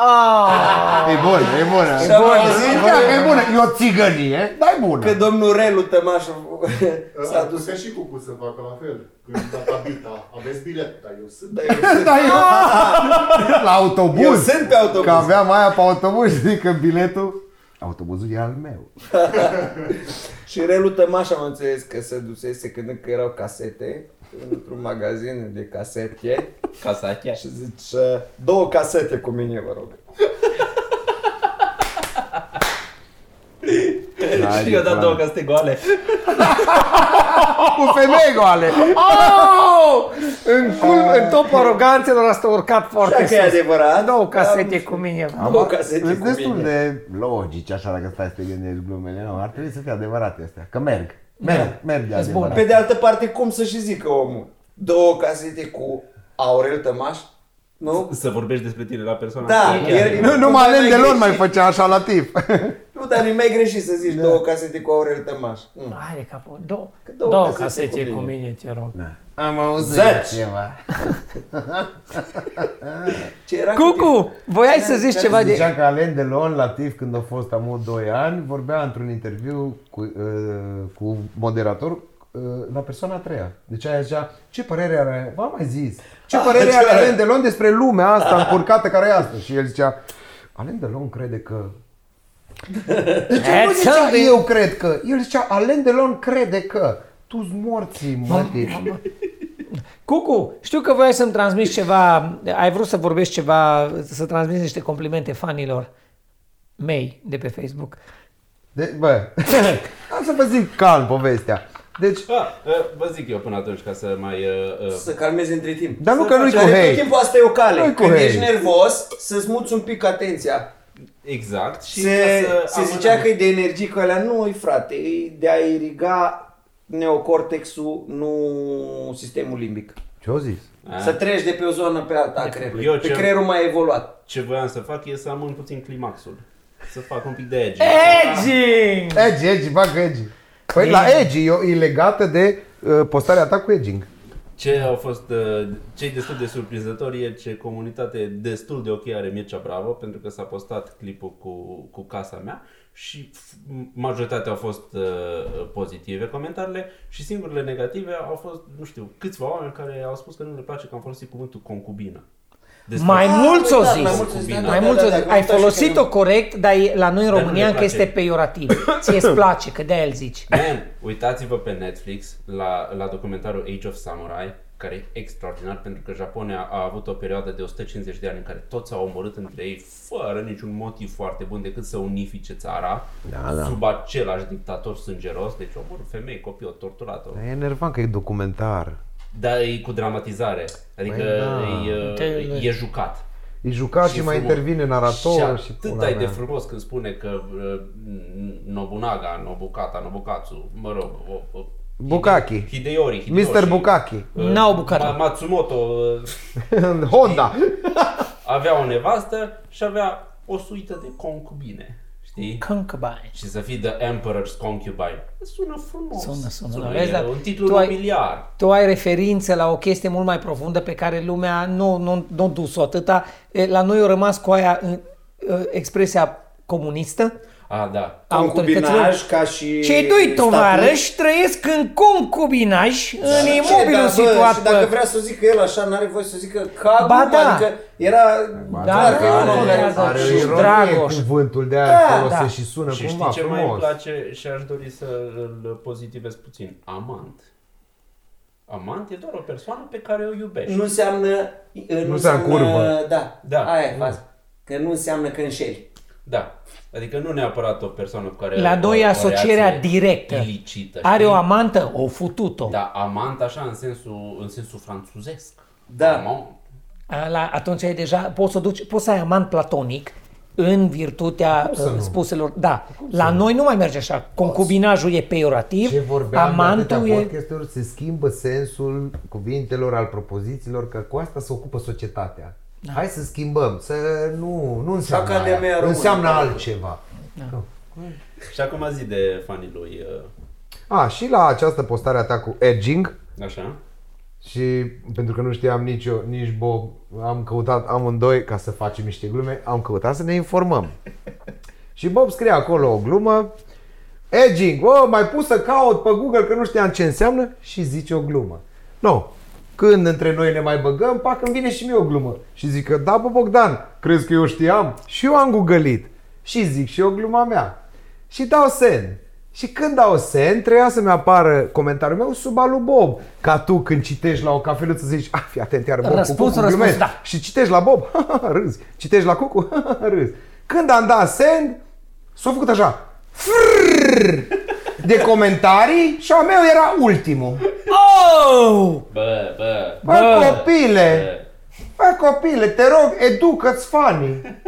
S2: Ah,
S3: E bun, e bun.
S5: Și am auzit
S3: E bună, e bună. E o țigănie, dar e bună.
S5: Că domnul Relu Tămașu Da. s-a
S6: S-a
S5: dus
S6: dus și cu să facă la fel. Când data bita, aveți bilet, dar eu sunt de
S3: Da, e La autobuz.
S5: Eu sunt pe autobuz.
S3: Că aveam aia pe autobuz și zic că biletul... Autobuzul e al meu.
S5: și Relu Tămaș am înțeles că se dusese când încă erau casete într-un magazin de casete
S1: Casa chiar.
S5: și zice, două casete cu mine, vă rog.
S3: Da,
S1: și eu dat
S3: plan.
S1: două caste goale.
S3: Cu femei goale.
S2: Oh! În, cul, în topul aroganțelor asta a urcat
S5: Dacă
S2: foarte
S5: Da. e
S2: sus.
S5: adevărat. da,
S2: Două casete
S5: am-
S2: cu mine. bă.
S5: Două casete
S3: Sunt
S5: cu
S3: destul
S5: mine.
S3: de logici, așa, dacă stai să te gândești glumele. Nu, ar trebui să fie adevărate astea. Că merg.
S5: Da.
S3: Merg, merg de
S2: bune.
S3: adevărat.
S5: Pe de altă parte, cum să și zică omul? Două casete cu Aurel Tămaș? Nu?
S1: Să vorbești despre tine la persoana.
S5: Da,
S1: asta e chiar-
S5: el-
S3: Nu, numai
S5: Cumva
S3: Alen
S5: n-ai
S3: Delon mai
S5: greșit.
S3: făcea așa la tip.
S5: Nu, dar nu mai greșit să zici două casete cu Aurel Tămaș. Mm.
S2: Hai de capul. Două,
S5: Că două
S2: două
S5: casete
S2: casete
S5: cu
S2: cu
S5: mine. Da.
S2: mine, te rog.
S3: Da. Am auzit
S5: Zeci.
S3: ceva.
S5: Ce era cu tine?
S2: Cucu, voiai să zici ceva de...
S3: Ziceam că Alain Delon, la TIF, când a fost acum 2 ani, vorbea într-un interviu cu, uh, cu moderator uh, la persoana a treia. Deci aia zicea, ce părere are, v-am mai zis, ce părere are Alain Delon despre lumea asta încurcată care e asta? Și el zicea, Alain Delon crede că... Deci el nu
S2: That's
S3: zicea,
S2: something.
S3: eu cred că, el zicea, Alain Delon crede că, tu-ți morții, mă, tipi."
S2: Cucu, știu că voiai să-mi transmiți ceva, ai vrut să vorbești ceva, să transmiți niște complimente fanilor mei de pe Facebook.
S3: De, bă, am să vă zic calm povestea. Deci,
S1: Ah, vă zic eu până atunci ca să mai... uh, uh,
S5: Să calmezi între timp.
S3: Dar nu
S5: Să
S3: că nu-i
S5: faci-
S3: cu
S5: Tot
S3: hate.
S5: timpul asta e o cale.
S3: Nu-i cu
S5: Când
S3: hate.
S5: ești nervos, să-ți muți un pic atenția.
S1: Exact. Și
S5: Se,
S1: ca să
S5: se
S1: amânăm-
S5: zicea că e de energie cu alea. Nu, e frate, e de a iriga neocortexul, nu sistemul limbic.
S3: ce-o zis?
S1: Ah.
S5: Să treci de pe o zonă pe alta a creierului.
S1: Eu
S5: pe
S1: ce-
S5: creierul mai evoluat.
S1: Ce voiam să fac e să amân puțin climaxul. Să fac un pic de edge.
S2: Edging!
S3: Edgy, edgy, fac edgy. Păi la edgy e, o- e legată de uh, postarea ta cu edging.
S1: Ce au fost, uh, cei destul de surprinzători e ce comunitate destul de ok are Mircea Bravo, pentru că s-a postat clipul cu, cu casa mea și f- m- majoritatea au fost uh, pozitive comentariile și singurele negative au fost, nu știu, câțiva oameni care au spus că nu le place că am folosit cuvântul concubină. Despre
S2: Mai
S5: Ah,
S2: mult
S5: am
S2: ți-o
S5: uitat,
S2: zis.
S5: mai mult ți-o zis, da,
S2: Mai
S5: da,
S2: mult
S5: da,
S2: ți-o
S5: da,
S2: zis.
S5: da,
S2: Ai
S5: am uitat și că
S2: folosit-o corect, dar e- la noi în
S1: Da, nu
S2: România
S1: le
S2: încă
S1: place.
S2: este peiorativ. Ție îți place, că de-aia îl zici.
S1: Man, uitați-vă pe Netflix la, la documentarul Age of Samurai, care e extraordinar pentru că Japonia a avut o perioadă de 150 de ani în care toți s-au omorât între ei fără niciun motiv foarte bun decât să unifice țara da, da. sub același dictator sângeros, deci omor femei, copii, o torturat. O...
S3: E enervant că e documentar.
S1: dar e cu dramatizare. Adică
S3: da.
S1: e, e, e jucat.
S3: E jucat și, mai
S1: frumos.
S3: intervine naratorul și,
S1: și atât
S3: pula
S1: ai de
S3: mea.
S1: frumos când spune că uh, Nobunaga, Nobukata, Nobukatsu, mă rog, o, o,
S3: Bukaki.
S1: Hide- Hideyori, Hideyoshi,
S3: Mr. Bukaki.
S1: uh,
S2: Naobukata.
S1: Ma- Matsumoto uh,
S3: Honda.
S1: avea o nevastă și avea o suită de concubine, știi?
S2: Concubine.
S1: Și să fii The Emperor's Concubine. Sună frumos.
S2: Sună, sună, vezi,
S1: Vezi,
S2: dar
S1: un titlu
S2: tu ai-
S1: nobiliar.
S2: Tu ai referințe la o chestie mult mai profundă pe care lumea nu, nu, nu a dus-o atâta. E, La noi au rămas cu aia în, în, expresia comunistă.
S1: A, da.
S2: a autorităților.
S5: Concubinaj ca și...
S2: Cei doi
S5: statut.
S2: tovarăși trăiesc în concubinaj în
S5: Și
S2: imobilul
S5: da, bă,
S2: situat
S5: Și dacă
S2: pe...
S5: vrea să o zică el așa, n-are voie să o zică ca
S2: Ba
S5: acum,
S2: da.
S5: adică era...
S2: Da,
S5: clar că
S2: nu,
S5: e un
S2: nu
S5: om care-
S2: contează.
S3: Are
S2: Și
S3: o ironie
S2: Dragoș.
S3: cuvântul de aia
S5: Da,
S3: folosește
S2: da.
S3: și sună
S1: Și
S3: cumva
S1: știi ce mai îmi
S3: frumos.
S1: place și aș dori să îl pozitivez puțin? Amant. Amant e doar o persoană pe care o iubești.
S4: Nu înseamnă...
S3: Nu înseamnă curvă.
S4: Da,
S1: Da.
S4: aia e faza. Că nu înseamnă că înșeli.
S1: Da. Adică nu neapărat o persoană cu care
S2: La
S1: ai
S2: noi e
S1: o- o
S2: asocierea
S1: relație
S2: directă.
S1: Ilicită,
S2: Are o
S1: știi?
S2: amantă? O futut-o.
S1: Da, amant așa în sensul, în sensul franțuzesc.
S4: Da.
S1: Amant.
S2: A, La, atunci ai deja, poți să, duci, poți să ai amant platonic în virtutea uh, spuselor. Da, la noi nu mai merge așa. Concubinajul e peiorativ,
S3: Ce vorbeam
S2: amantul
S3: de
S2: e...
S3: podcasturi, se schimbă sensul cuvintelor, al propozițiilor, că cu asta se ocupă societatea. Da. Hai să schimbăm, să nu, nu înseamnă
S4: Academia
S3: aia.
S4: Română.
S3: înseamnă altceva.
S1: Și acum zi de fanii lui, uh,
S3: A, și la această postare a ta cu edging,
S1: așa.
S3: și pentru că nu știam nici eu, nici Bob, am căutat amândoi ca să facem niște glume, am căutat să ne informăm. și Bob scrie acolo o glumă, edging, o, mai pus să caut pe Google că nu știam ce înseamnă și zice o glumă. No, când între noi ne mai băgăm, pac, îmi vine și mie o glumă. Și zic că, da, bă, Bogdan, crezi că eu știam? Și eu am googălit. Și zic și eu gluma mea. Și dau sen. Și când dau sen, trebuia să-mi apară comentariul meu sub al lui Bob. Ca tu când citești la o cafeluță zici, ah, fii atent, iar Bob
S2: Răspunsul,
S3: cu cucu
S2: răspuns,
S3: glumește."
S2: da.
S3: Și citești la Bob, râzi. Citești la cucu, râzi. Când am dat send, s-a făcut așa. Frrrr, de comentarii și a meu era ultimul.
S2: Oh!
S1: Bă, bă.
S3: Bă, copile,
S1: bă.
S3: bă, copile, te rog, educă-ți fanii.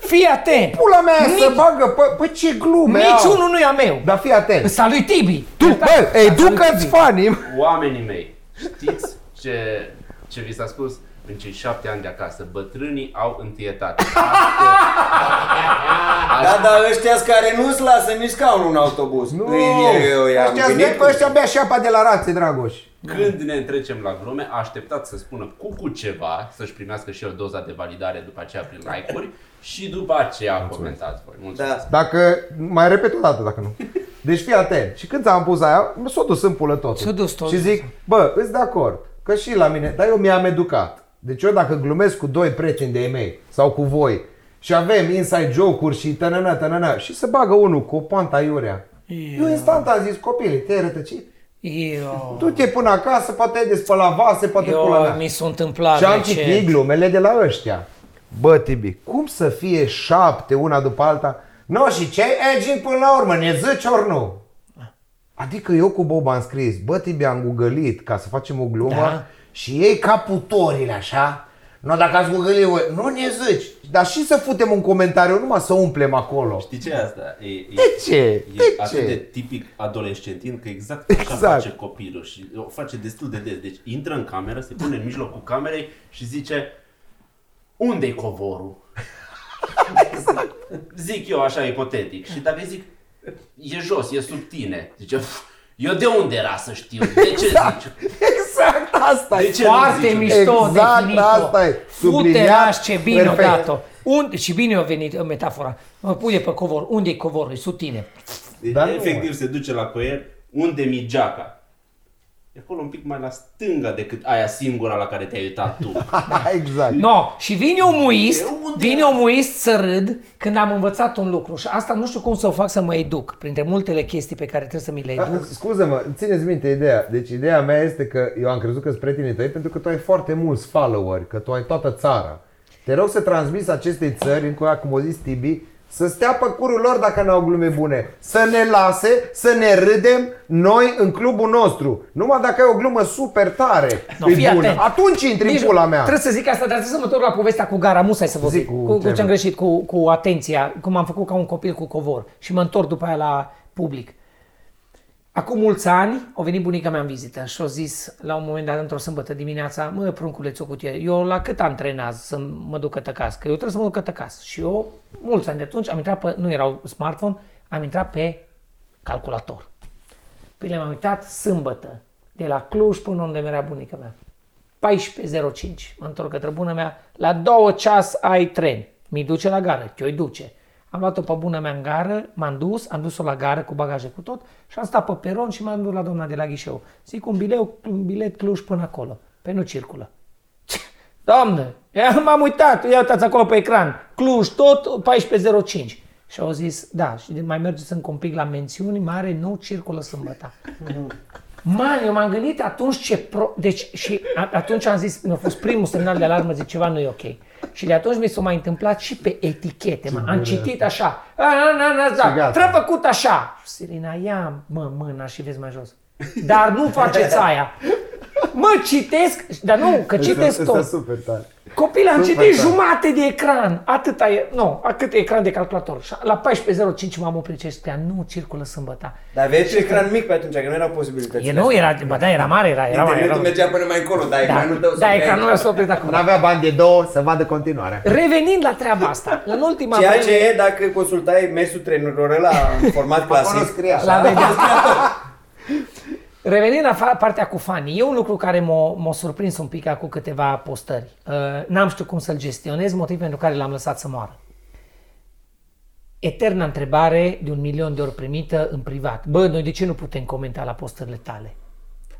S2: Fii atent!
S3: Pula mea să bagă, pă, pă ce glume au.
S2: Niciunul nu e a meu!
S3: Dar fii atent.
S2: Ăsta lui Tibi!
S3: Da. Tu, bă, educă-ți fanii.
S1: Oamenii mei, știți ce, ce vi s-a spus? În cei șapte ani de acasă, bătrânii au întâietate.
S4: Da, da, ăștia care nu-ți lasă nici scaunul în autobuz. Nu, eu, eu, am
S3: ăștia
S4: venit
S3: sunt
S4: cu...
S3: ăștia abia și apa de la rațe, Dragoș.
S1: Când ne întrecem la glume, așteptați să spună cu cu ceva, să-și primească și el doza de validare după aceea prin like-uri și după aceea comentați voi. Mulțumesc.
S4: Da.
S3: Dacă, mai repet o dată dacă nu. Deci fii atent. Și când ți-am pus aia, s-o dus în pulă totul.
S2: S-o dus tot.
S3: Și zic, bă, îți de acord, că și la mine, dar eu mi-am educat. Deci eu dacă glumesc cu doi prieteni de mei sau cu voi și avem inside joke-uri și tănănă, tănănă și se bagă unul cu o poanta iurea. Yeah. Eu instant am zis, copile, te-ai rătăcit?
S2: Eu...
S3: Tu te până acasă, poate ai de spălat vase, poate pula
S2: Eu
S3: mea.
S2: mi s-a întâmplat
S3: Și am
S2: recent.
S3: citit glumele de la ăștia. Bă, Tibi, cum să fie șapte una după alta? Nu, și ce edging până la urmă? Ne zici ori nu? Adică eu cu Bob am scris, bă, Tibi, am googălit ca să facem o glumă
S2: Da.
S3: da. și ei ca putorile, așa? Nu, dacă ați googălit voi, nu ne zici. Dar și să futem un comentariu, numai să umplem acolo.
S1: Știi ce e asta? E, e,
S3: De ce?
S1: E
S3: De
S1: atât de
S3: ce?
S1: tipic adolescentin că exact așa
S3: Exact.
S1: face copilul și o face destul de des. Deci intră în cameră, se pune în mijlocul camerei și zice Unde-i covorul?
S3: Exact.
S1: Zic eu așa ipotetic și dacă îi zic e jos, e sub tine, zice "Pf, eu de unde era să știu? De ce zici?
S3: Exact asta
S1: De
S3: e.
S1: ce
S2: Foarte
S1: nu zici?
S2: mișto
S3: Exact
S2: definit-o.
S3: asta e.
S2: Fute,
S3: Subliniat,
S2: lași, ce bine o
S3: perfect.
S2: dat-o. Un, și bine a venit uh, metafora. Mă pune pe covor. Unde e covorul? E sub tine.
S3: Dar nu,
S1: Deci, Efectiv se duce la coier unde mi geaca. E acolo un pic mai la stânga decât aia singura la care te-ai uitat tu.
S3: Exact.
S2: No, și vine un muist,
S1: Eu unde
S2: vine un muist să râd când am învățat un lucru și asta nu știu cum să o fac să mă educ, printre multele chestii pe care trebuie să mi le
S3: Da,
S2: educ.
S3: Scuză-mă, țineți minte ideea. Deci ideea mea este că eu am crezut că sunt prietenii tăi pentru că tu ai foarte mulți followeri, că tu ai toată țara. Te rog să transmiți acestei țări, încă o dată, cum o zis Tibi, Să stea pe curul lor dacă n-au glume bune. Să ne lase, să ne râdem noi în clubul nostru. Numai dacă ai o glumă super tare,
S2: No,
S3: e
S2: fii
S3: bună.
S2: atent.
S3: Păi Atunci intri în
S2: Nici-
S3: pula mea.
S2: Trebuie să zic asta, dar trebuie să mă întorc la povestea cu gara, musai să vă
S3: Zic
S2: zic,
S3: cu
S2: cu, cu ce
S3: tema.
S2: am greșit, cu, cu atenția, cum am făcut ca un copil cu covor și mă întorc după aia la public. Acum mulți ani a venit bunica mea în vizită și a zis la un moment dat, într-o sâmbătă dimineața, mă, prunculeț, o cutie, eu la cât antrenaz să mă duc către casă? Că eu trebuie să mă duc către casă. Și eu, mulți ani de atunci, am intrat pe, nu erau smartphone, am intrat pe calculator. Păi le-am uitat sâmbătă, de la Cluj până unde merea bunica mea. 14.05. Mă întorc către bună mea. La două ceas ai tren. Mi duce la gară. Te-o duce. Am luat-o pe bună mea în gară, m-am dus, am dus-o la gară cu bagaje cu tot și am stat pe peron și m-am dus la doamna de la ghișeu. Zic un bilet, un bilet Cluj până acolo. Pe nu circulă. Doamnă, eu m-am uitat, ia uitați acolo pe ecran, Cluj, tot 14.05. Și au zis, da, și de- mai mergeți încă un pic la mențiuni, mare, nu circulă sâmbătă. Man, eu m-am gândit atunci ce pro... Deci, și a, atunci am zis, mi-a fost primul semnal de alarmă, zic, ceva nu e ok. Și de atunci mi s-a mai întâmplat și pe etichete, mă. Am citit așa, a, a, a, a,
S3: gata.
S2: a, trăpăcut așa. Selina, ia mă mâna și vezi mai jos. Dar nu faceți aia. Mă, citesc, dar nu, că citesc
S3: Asta- asta
S2: tot.
S3: super tare.
S2: Copil, am
S3: Super
S2: citit
S3: tare.
S2: jumate de ecran. Atâta e, nu, a cât e ecran de calculator. Și la 14.05 m-am oprit și spunea, nu circulă sâmbăta.
S5: Dar aveai tu ecran mic pe atunci, că nu erau posibilități.
S2: E nou, era, ba da, era mare, era, era mare. Era,
S5: Internetul mergea până mai încolo, dar
S2: da,
S5: ecranul tău
S2: da,
S5: s-a
S2: ecranul meu s-a oprit acum.
S3: N-avea bani de două să vadă continuarea.
S2: Revenind la treaba asta, în ultima
S5: Ceea
S2: vreme-
S5: ce e dacă consultai mersul trenurilor ăla în format
S3: Acolo
S5: clasic.
S3: scrie așa.
S2: La vedea. Revenind la fa- partea cu fanii, e un lucru care m-a, m-a surprins un pic acum câteva postări. Uh, n-am știut cum să-l gestionez, motiv pentru care l-am lăsat să moară. Eterna întrebare de un milion de ori primită în privat. Bă, noi de ce nu putem comenta la postările tale?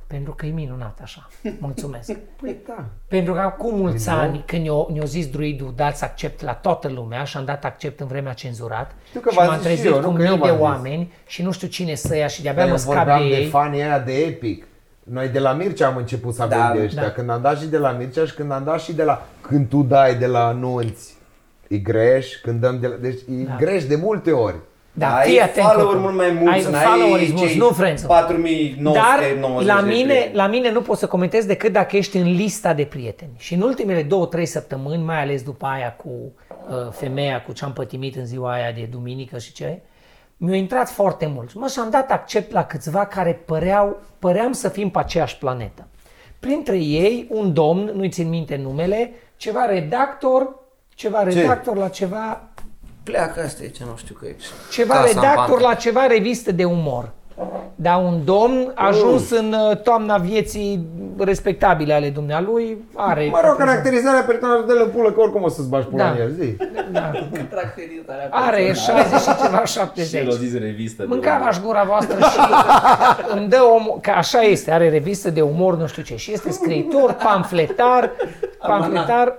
S2: Pentru că e minunat așa. Mulțumesc.
S3: Păi da.
S2: Pentru că acum mulți ani, când ne-au ne zis druidul, dați accept la toată lumea și am dat accept în vremea cenzurat
S3: Știu că
S2: și
S3: v-am
S2: m-am
S3: zis și
S2: trezit
S3: eu, nu?
S2: cu
S3: Că eu
S2: mii de
S3: v-am zis.
S2: oameni și nu știu cine să ia și de-abia
S3: Eu
S2: mă scap de
S3: vorbeam de,
S2: ei.
S3: fanii aia de epic. Noi de la Mircea am început să avem
S5: Da,
S3: de ăștia.
S2: da.
S3: Când am dat și de la Mircea și când am dat și de la... Când tu dai de la anunți, e greș. Când dăm de la... Deci e da. greș de multe ori.
S2: Da,
S5: ai
S2: fii atent,
S5: follower
S2: copil.
S5: mult mai mulți,
S2: ai
S5: n-ai
S2: followeri
S5: cei
S2: mulți, nu friends.
S5: 4990
S2: Dar la
S5: de
S2: mine,
S5: prieteni.
S2: la mine nu poți să comentezi decât dacă ești în lista de prieteni. Și în ultimele două, trei săptămâni, mai ales după aia cu uh, femeia, cu ce-am pătimit în ziua aia de duminică și ce, mi-au intrat foarte mult. Mă, și-am dat accept la câțiva care păreau, păream să fim pe aceeași planetă. Printre ei, un domn, nu-i țin minte numele, ceva redactor, ceva redactor la ceva
S5: Pleacă asta aici, nu știu că e.
S2: ceva
S5: Casa în
S2: redactor
S5: pantă.
S2: la ceva revistă de umor. Dar un domn a ajuns în uh, toamna vieții respectabile ale dumnealui, are...
S3: Mă rog, caracterizarea personajului de la pulă, că oricum o să-ți bagi pula
S2: Da.
S3: în el, zi.
S1: Caracterizarea
S2: Are 60 și ceva, 70.
S1: Și l-a zis revistă. de unul.
S2: Mâncați-aș gura voastră și îmi dă om, că așa este, are revistă de umor, nu știu ce, și este scriitor, pamfletar, pamfletar,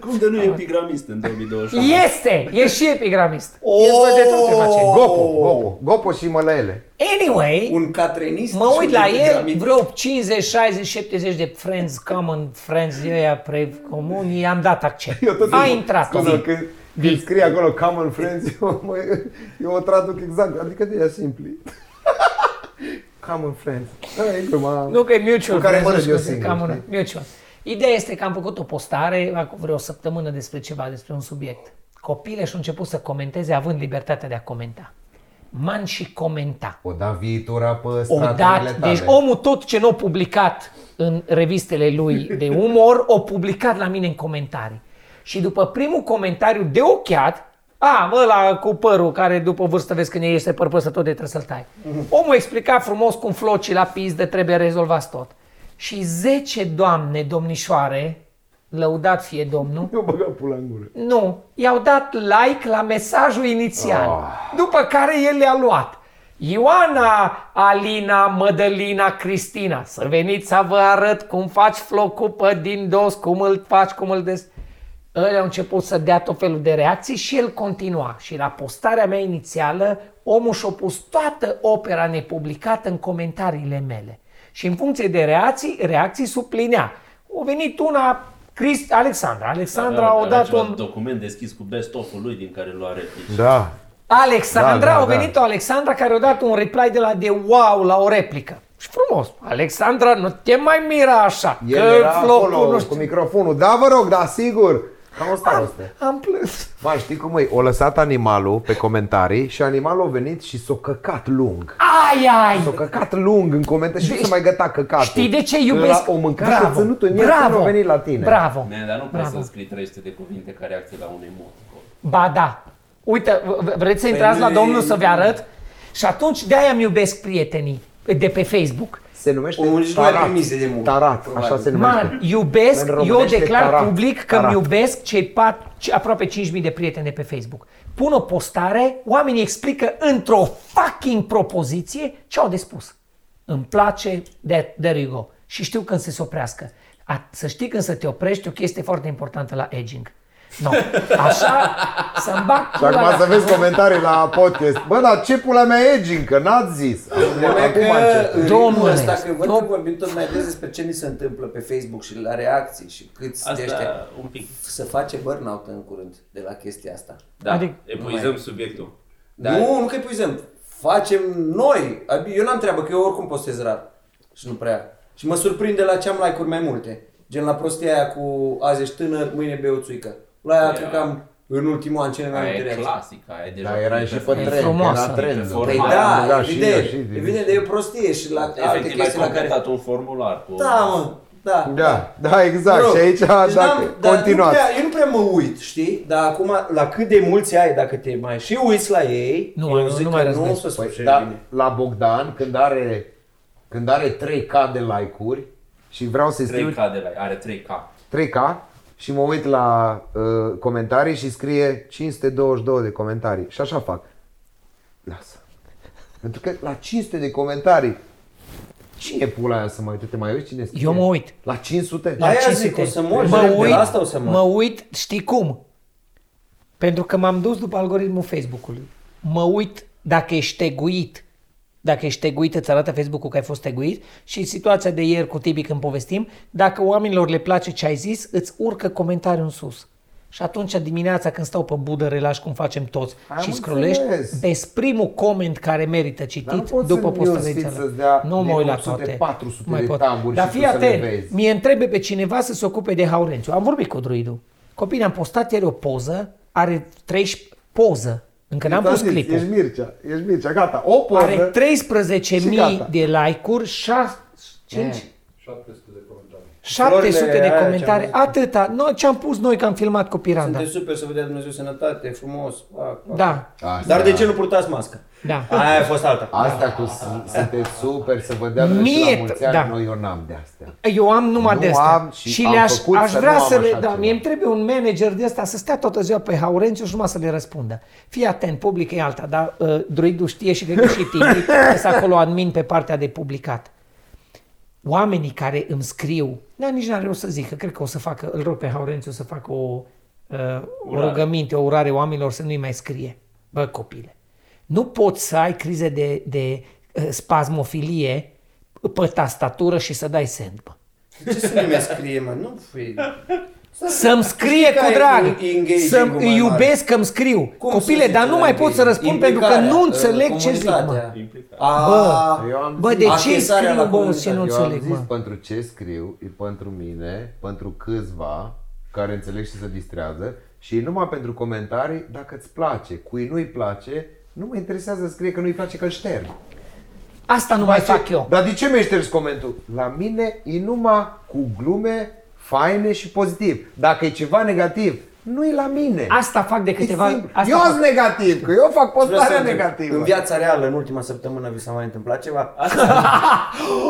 S1: Cum de nu e epigramist în 2021?
S2: este, e și epigramist.
S3: El de toate face.
S2: Oh!
S3: Gopo, Gopo, Gopo și mălele.
S2: Anyway,
S5: Un catrenist.
S2: Mă
S5: și
S2: uit
S5: un
S2: la el,
S5: epigramist.
S2: vreo 50, 60, 70 de friends common, friends de aia pre comuni, i-am dat accept. A intrat
S3: Acolo,
S2: zi.
S3: când când scrie acolo Common Friends, eu, mă, eu o traduc exact, adică de ea simpli. Common Friends. Da, e gluma.
S2: Nu că e mutual.
S3: Cu care
S2: friends,
S3: mănânc eu
S2: că se
S3: singur,
S2: cam
S3: știi?
S2: un- mutual. Ideea este că am făcut o postare acum vreo săptămână despre ceva, despre un subiect. Copile și-au început să comenteze având libertatea de a comenta. Man și comenta.
S3: O da viitora pe
S2: O dat, deci omul tot ce nu a publicat în revistele lui de umor, o publicat la mine în comentarii. Și după primul comentariu de ochiat, a, mă, la cu părul care după vârstă vezi când este păr peste tot de trebuie să-l tai. Omul explica frumos cum flocii la pizdă trebuie rezolvați tot. Și 10 doamne, domnișoare, lăudat fie domnul,
S3: Eu băga pula în gură.
S2: nu, i-au dat like la mesajul inițial,
S3: Ah.
S2: după care el le-a luat. Ioana, Alina, Mădălina, Cristina, să veniți să vă arăt cum faci flocul pe din dos, cum îl faci, cum îl des... Ăia au început să dea tot felul de reacții și el continua. Și la postarea mea inițială, omul și-a pus toată opera nepublicată în comentariile mele. Și în funcție de reacții, reacții suplinea. A venit una Crist, Alexandra. Alexandra
S1: Avea-
S2: a
S1: avea
S2: dat
S1: Da, ceva
S2: un...
S1: document deschis cu best of lui din care lua replici.
S3: Da.
S2: Alexandra,
S3: Da, da,
S2: a
S3: da.
S2: venit o Alexandra care a dat un reply de la de wow la o replică. Și frumos. Alexandra, nu te mai mira așa.
S3: El
S2: că
S3: era
S2: flocul,
S3: acolo
S2: nu știu.
S3: cu microfonul. Da, vă rog, da, sigur. Cam asta este.
S2: Am plâns.
S3: Ba, știi cum e? O lăsat animalul pe comentarii și animalul a venit și s-o căcat lung.
S2: Ai,
S3: S-o
S2: ai!
S3: căcat lung în comentarii și nu se mai găta căcatul.
S2: Deci Știi de ce
S3: Că
S2: iubesc?
S3: l-a- O mâncat și a
S2: bravo,
S3: ținut în el până
S2: bravo,
S3: a venit la tine.
S2: bravo.
S1: Man, dar nu poți
S2: Bravo.
S1: să scrii 300 de cuvinte ca reacție la un emoticon.
S2: Ba da. Uite, v- v- vreți să intrați la
S1: mine-
S2: domnul să vă arăt? Și atunci de-aia îmi iubesc prietenii de pe Facebook.
S3: Se numește
S5: Omul nici nu mai primise de mult.
S3: Tarat, așa
S5: Probabil.
S3: se numește.
S2: Man, iubesc,
S3: În
S2: eu
S3: românește,
S2: declar
S3: tarat,
S2: public că
S3: tarat.
S2: îmi iubesc cei pat, ce- aproape 5.000 de prieteni de pe Facebook. Pun o postare, oamenii explică într-o fucking propoziție ce au de spus. Îmi place, that, there you go. Și știu când să se oprească. A, să știi când să te oprești, o chestie foarte importantă la edging. No. Așa, să-mi bag
S3: Și
S2: pula
S3: acum
S2: la-
S3: să vezi comentarii la podcast. Bă, dar ce pula mea edging, că n-ați zis. Acum,
S5: Problema e
S3: acum
S5: că
S3: încep.
S5: în
S2: Domnule,
S5: ritmul ăsta, că văd că
S2: dom-
S5: vorbim tot mai des despre ce ni se întâmplă pe Facebook și la reacții și câți de ăștia
S1: Asta un pic.
S5: să face burnout în curând de la chestia asta.
S1: Da,
S2: Adică-
S1: adică, epuizăm subiectul.
S5: Da. Nu, nu că epuizăm. Facem noi. Adi- Eu n-am treabă, că eu oricum postez rar. Și nu prea. Și mă surprinde la ce am like-uri mai multe. Gen la prostia aia cu azi ești tânăr, mâine bei o țuică. La aia
S1: Ea.
S5: cred că am în ultimul an cele mai
S1: Păi Aia
S5: multe
S1: e
S5: reacții.
S1: clasic, aia e deja...
S3: Dar era și pe
S2: E
S3: trend,
S2: frumoasă.
S3: era trend.
S1: Păi
S5: Păi
S1: Mai
S5: da,
S1: am,
S5: da evident,
S3: și eu, și-
S5: evident, dar e o prostie și la alte
S1: Efectiv, ai
S5: chestii la care...
S1: completat un formular cu...
S5: Da, mă, da.
S3: Da, da, exact.
S5: Mă rog,
S3: și aici,
S5: deci
S3: dacă,
S5: n-am- dar
S3: continuați.
S5: Nu prea, eu nu prea mă uit, știi? Dar acum, la cât de mulți ai, dacă te mai și uiți la ei,
S2: Nu,
S5: eu
S2: nu,
S5: zic
S2: nu
S5: că
S2: mai
S5: nu o
S2: răzbesc.
S5: să se
S3: Păi,
S5: da.
S3: da,
S5: bine.
S3: la Bogdan, când are, când are 3K de like-uri și vreau să-i scriu
S1: 3K de la... Are 3K.
S3: 3K și mă uit la uh, comentarii și scrie 522 de comentarii. Și așa fac. Lasă. Pentru că la 500 de comentarii, cine pula aia să mai uite? Te mai uiți cine scrie?
S2: Eu mă uit. Da,
S3: La 500?
S5: Aia zic,
S2: 500.
S5: o să mor,
S2: mă
S5: de la
S2: uit,
S5: asta o să mor.
S2: mă uit, știi cum? Pentru că m-am dus după algoritmul Facebook-ului. Mă uit dacă ești teguit. Dacă ești teguit, îți arată Facebook-ul că ai fost teguit și situația de ieri cu Tibi când povestim, dacă oamenilor le place ce ai zis, îți urcă comentariul în sus. Și atunci dimineața când stau pe budă relax cum facem toți
S3: Am
S2: și scrolești,
S3: înțeles.
S2: vezi primul comment care merită
S3: Dar nu
S2: citit
S3: poți
S2: după
S3: în
S2: postăreția
S3: newsfeed să-ți dea
S2: Nu mă
S3: din
S2: uit la
S3: 800,
S2: toate.
S3: 400
S2: Mai
S3: de
S2: pot.
S3: tamburi
S2: Dar
S3: și
S2: fii
S3: tu să le
S2: atent,
S3: vezi.
S2: mie întrebe pe cineva să se ocupe de Haurențiu. Am vorbit cu druidul. Copiii am postat ieri o poză, are 13 poză. Încă n-am pus
S3: Uitați,
S2: clipul.
S3: Deci Ești Mircea, ești Mircea, gata, o poză.
S2: Are
S3: și
S2: 13.000
S3: gata.
S2: de like-uri, 6, 5,
S7: 700 Eh, de comentarii.
S2: 700
S5: Florile
S2: de
S5: aia
S2: comentarii,
S5: ce-am
S2: atâta. Noi ce-am pus noi că am filmat cu piranda.
S5: Sunteți super să vă dea Dumnezeu sănătate, frumos. Pac, pac.
S2: Da,
S5: Dar de ce nu purtați masca?
S2: da.
S5: Aia a fost alta.
S3: Asta cu s- sunteți super să vă dea Dumnezeu
S2: Mie-
S3: la mulți ani,
S2: da.
S3: noi eu n-am de astea.
S2: Eu am numai
S3: Nu
S2: de astea.
S3: am și am
S2: le-aș,
S3: făcut
S2: aș
S3: să
S2: vrea
S3: nu am
S2: să le,
S3: așa
S2: da,
S3: ceva.
S2: mie îmi trebuie un manager de ăsta să stea toată ziua pe Haurențiu și numai să le răspundă. Fii atent, public e alta, dar uh, druidul știe și cred că și tine, că sunt acolo admin pe partea de publicat. Oamenii care îmi scriu, da, nici n-are rost să zic, că cred că o să facă, îl rog pe Haurențiu să facă o, uh, o
S1: Urare.
S2: rugăminte, o urare oamenilor să nu-i mai scrie. Bă, copile, nu poți să ai crize de, de uh, spasmofilie pe tastatură și să dai send, bă.
S5: Ce să nu mi scrie, mă? Nu fii...
S2: Să-mi scrie
S5: Știi că
S2: cu
S5: ai
S2: drag,
S5: un engaging-ul
S2: să-mi
S5: mai
S2: îi
S5: mare.
S2: iubesc că-mi scriu.
S5: Cum
S2: Copile,
S5: să zice
S2: dar nu
S5: la
S2: mai
S5: ei?
S2: pot să răspund pentru că
S5: Implicarea,
S2: nu
S5: uh,
S2: înțeleg ce zic, mă.
S5: comunitatea. Ah.
S1: Implicat.
S5: A,
S3: Eu am
S2: Bă,
S3: zis-
S2: de ce
S5: Accesarea la
S2: scriu, bă,
S5: comunitate.
S2: ce nu
S3: Eu am
S2: înțeleg,
S3: zis
S2: mă?
S3: pentru ce scriu, e pentru mine, pentru câțiva care înțeleg și se distrează și numai pentru comentarii dacă îți place. Cui nu-i place, nu mă interesează să scrie că nu-i place că șterg.
S2: Asta nu mai fac eu.
S3: Dar de ce Da. mi-ai șters comentul? La mine e numai cu glume faine și pozitiv. Dacă e ceva negativ, nu e la mine.
S2: Asta fac de
S3: E
S2: câteva...
S3: simplu.
S2: Asta
S3: eu
S2: fac.
S3: sunt negativ, că eu fac
S5: Vreau să
S3: postarea
S5: întreb,
S3: negativă.
S5: În viața reală, în ultima săptămână, vi s-a mai întâmplat ceva?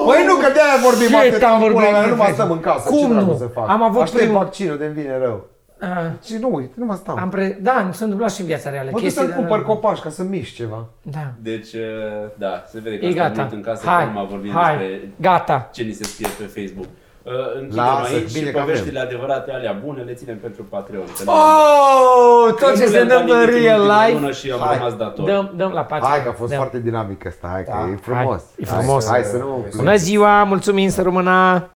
S3: Păi nu, că de-aia vorbim
S2: Shit,
S3: atât
S2: am
S3: pula
S2: vorbit
S3: mea,
S2: de
S3: nu mai
S2: Facebook.
S3: stăm în casă.
S2: Cum
S3: ce dracu
S2: nu?
S3: Să fac?
S2: Am avut
S3: Aștept
S2: primul-
S3: vaccinul de vine rău.
S2: Ah,
S3: Și nu, uite, nu mai stau.
S2: Am pre... Da, mi s-a întâmplat și în viața reală.
S3: Mă duc
S2: chestii
S3: să-mi
S2: de-
S3: cumpăr copaci ca să miști ceva.
S2: Da.
S1: Deci, uh, da, se vede că
S2: E
S1: am gata.
S2: gata.
S1: în casă Hai. cum a
S2: Hai,
S1: vorbit
S2: hai,
S1: despre
S2: gata.
S1: ce ni se scrie pe Facebook. Uh, închidem
S3: Lasă,
S1: aici
S3: bine
S1: și
S3: că avem.
S1: poveștile adevărate alea bune le ținem pentru Patreon. că ne-
S2: Oh,
S1: că
S2: tot ce
S1: nu
S2: se
S1: le-am dat
S2: întâmplă în
S1: nimic în
S2: real
S1: ultima
S2: life.
S1: lună Și am rămas dator.
S2: Dăm, dăm la patru.
S3: Hai că a fost
S2: Dăm.
S3: foarte dinamic ăsta, hai că e
S2: Da. Hai,
S3: frumos.
S2: e frumos.
S3: Hai, hai să nu...
S2: Bună ziua, mulțumim să rămână.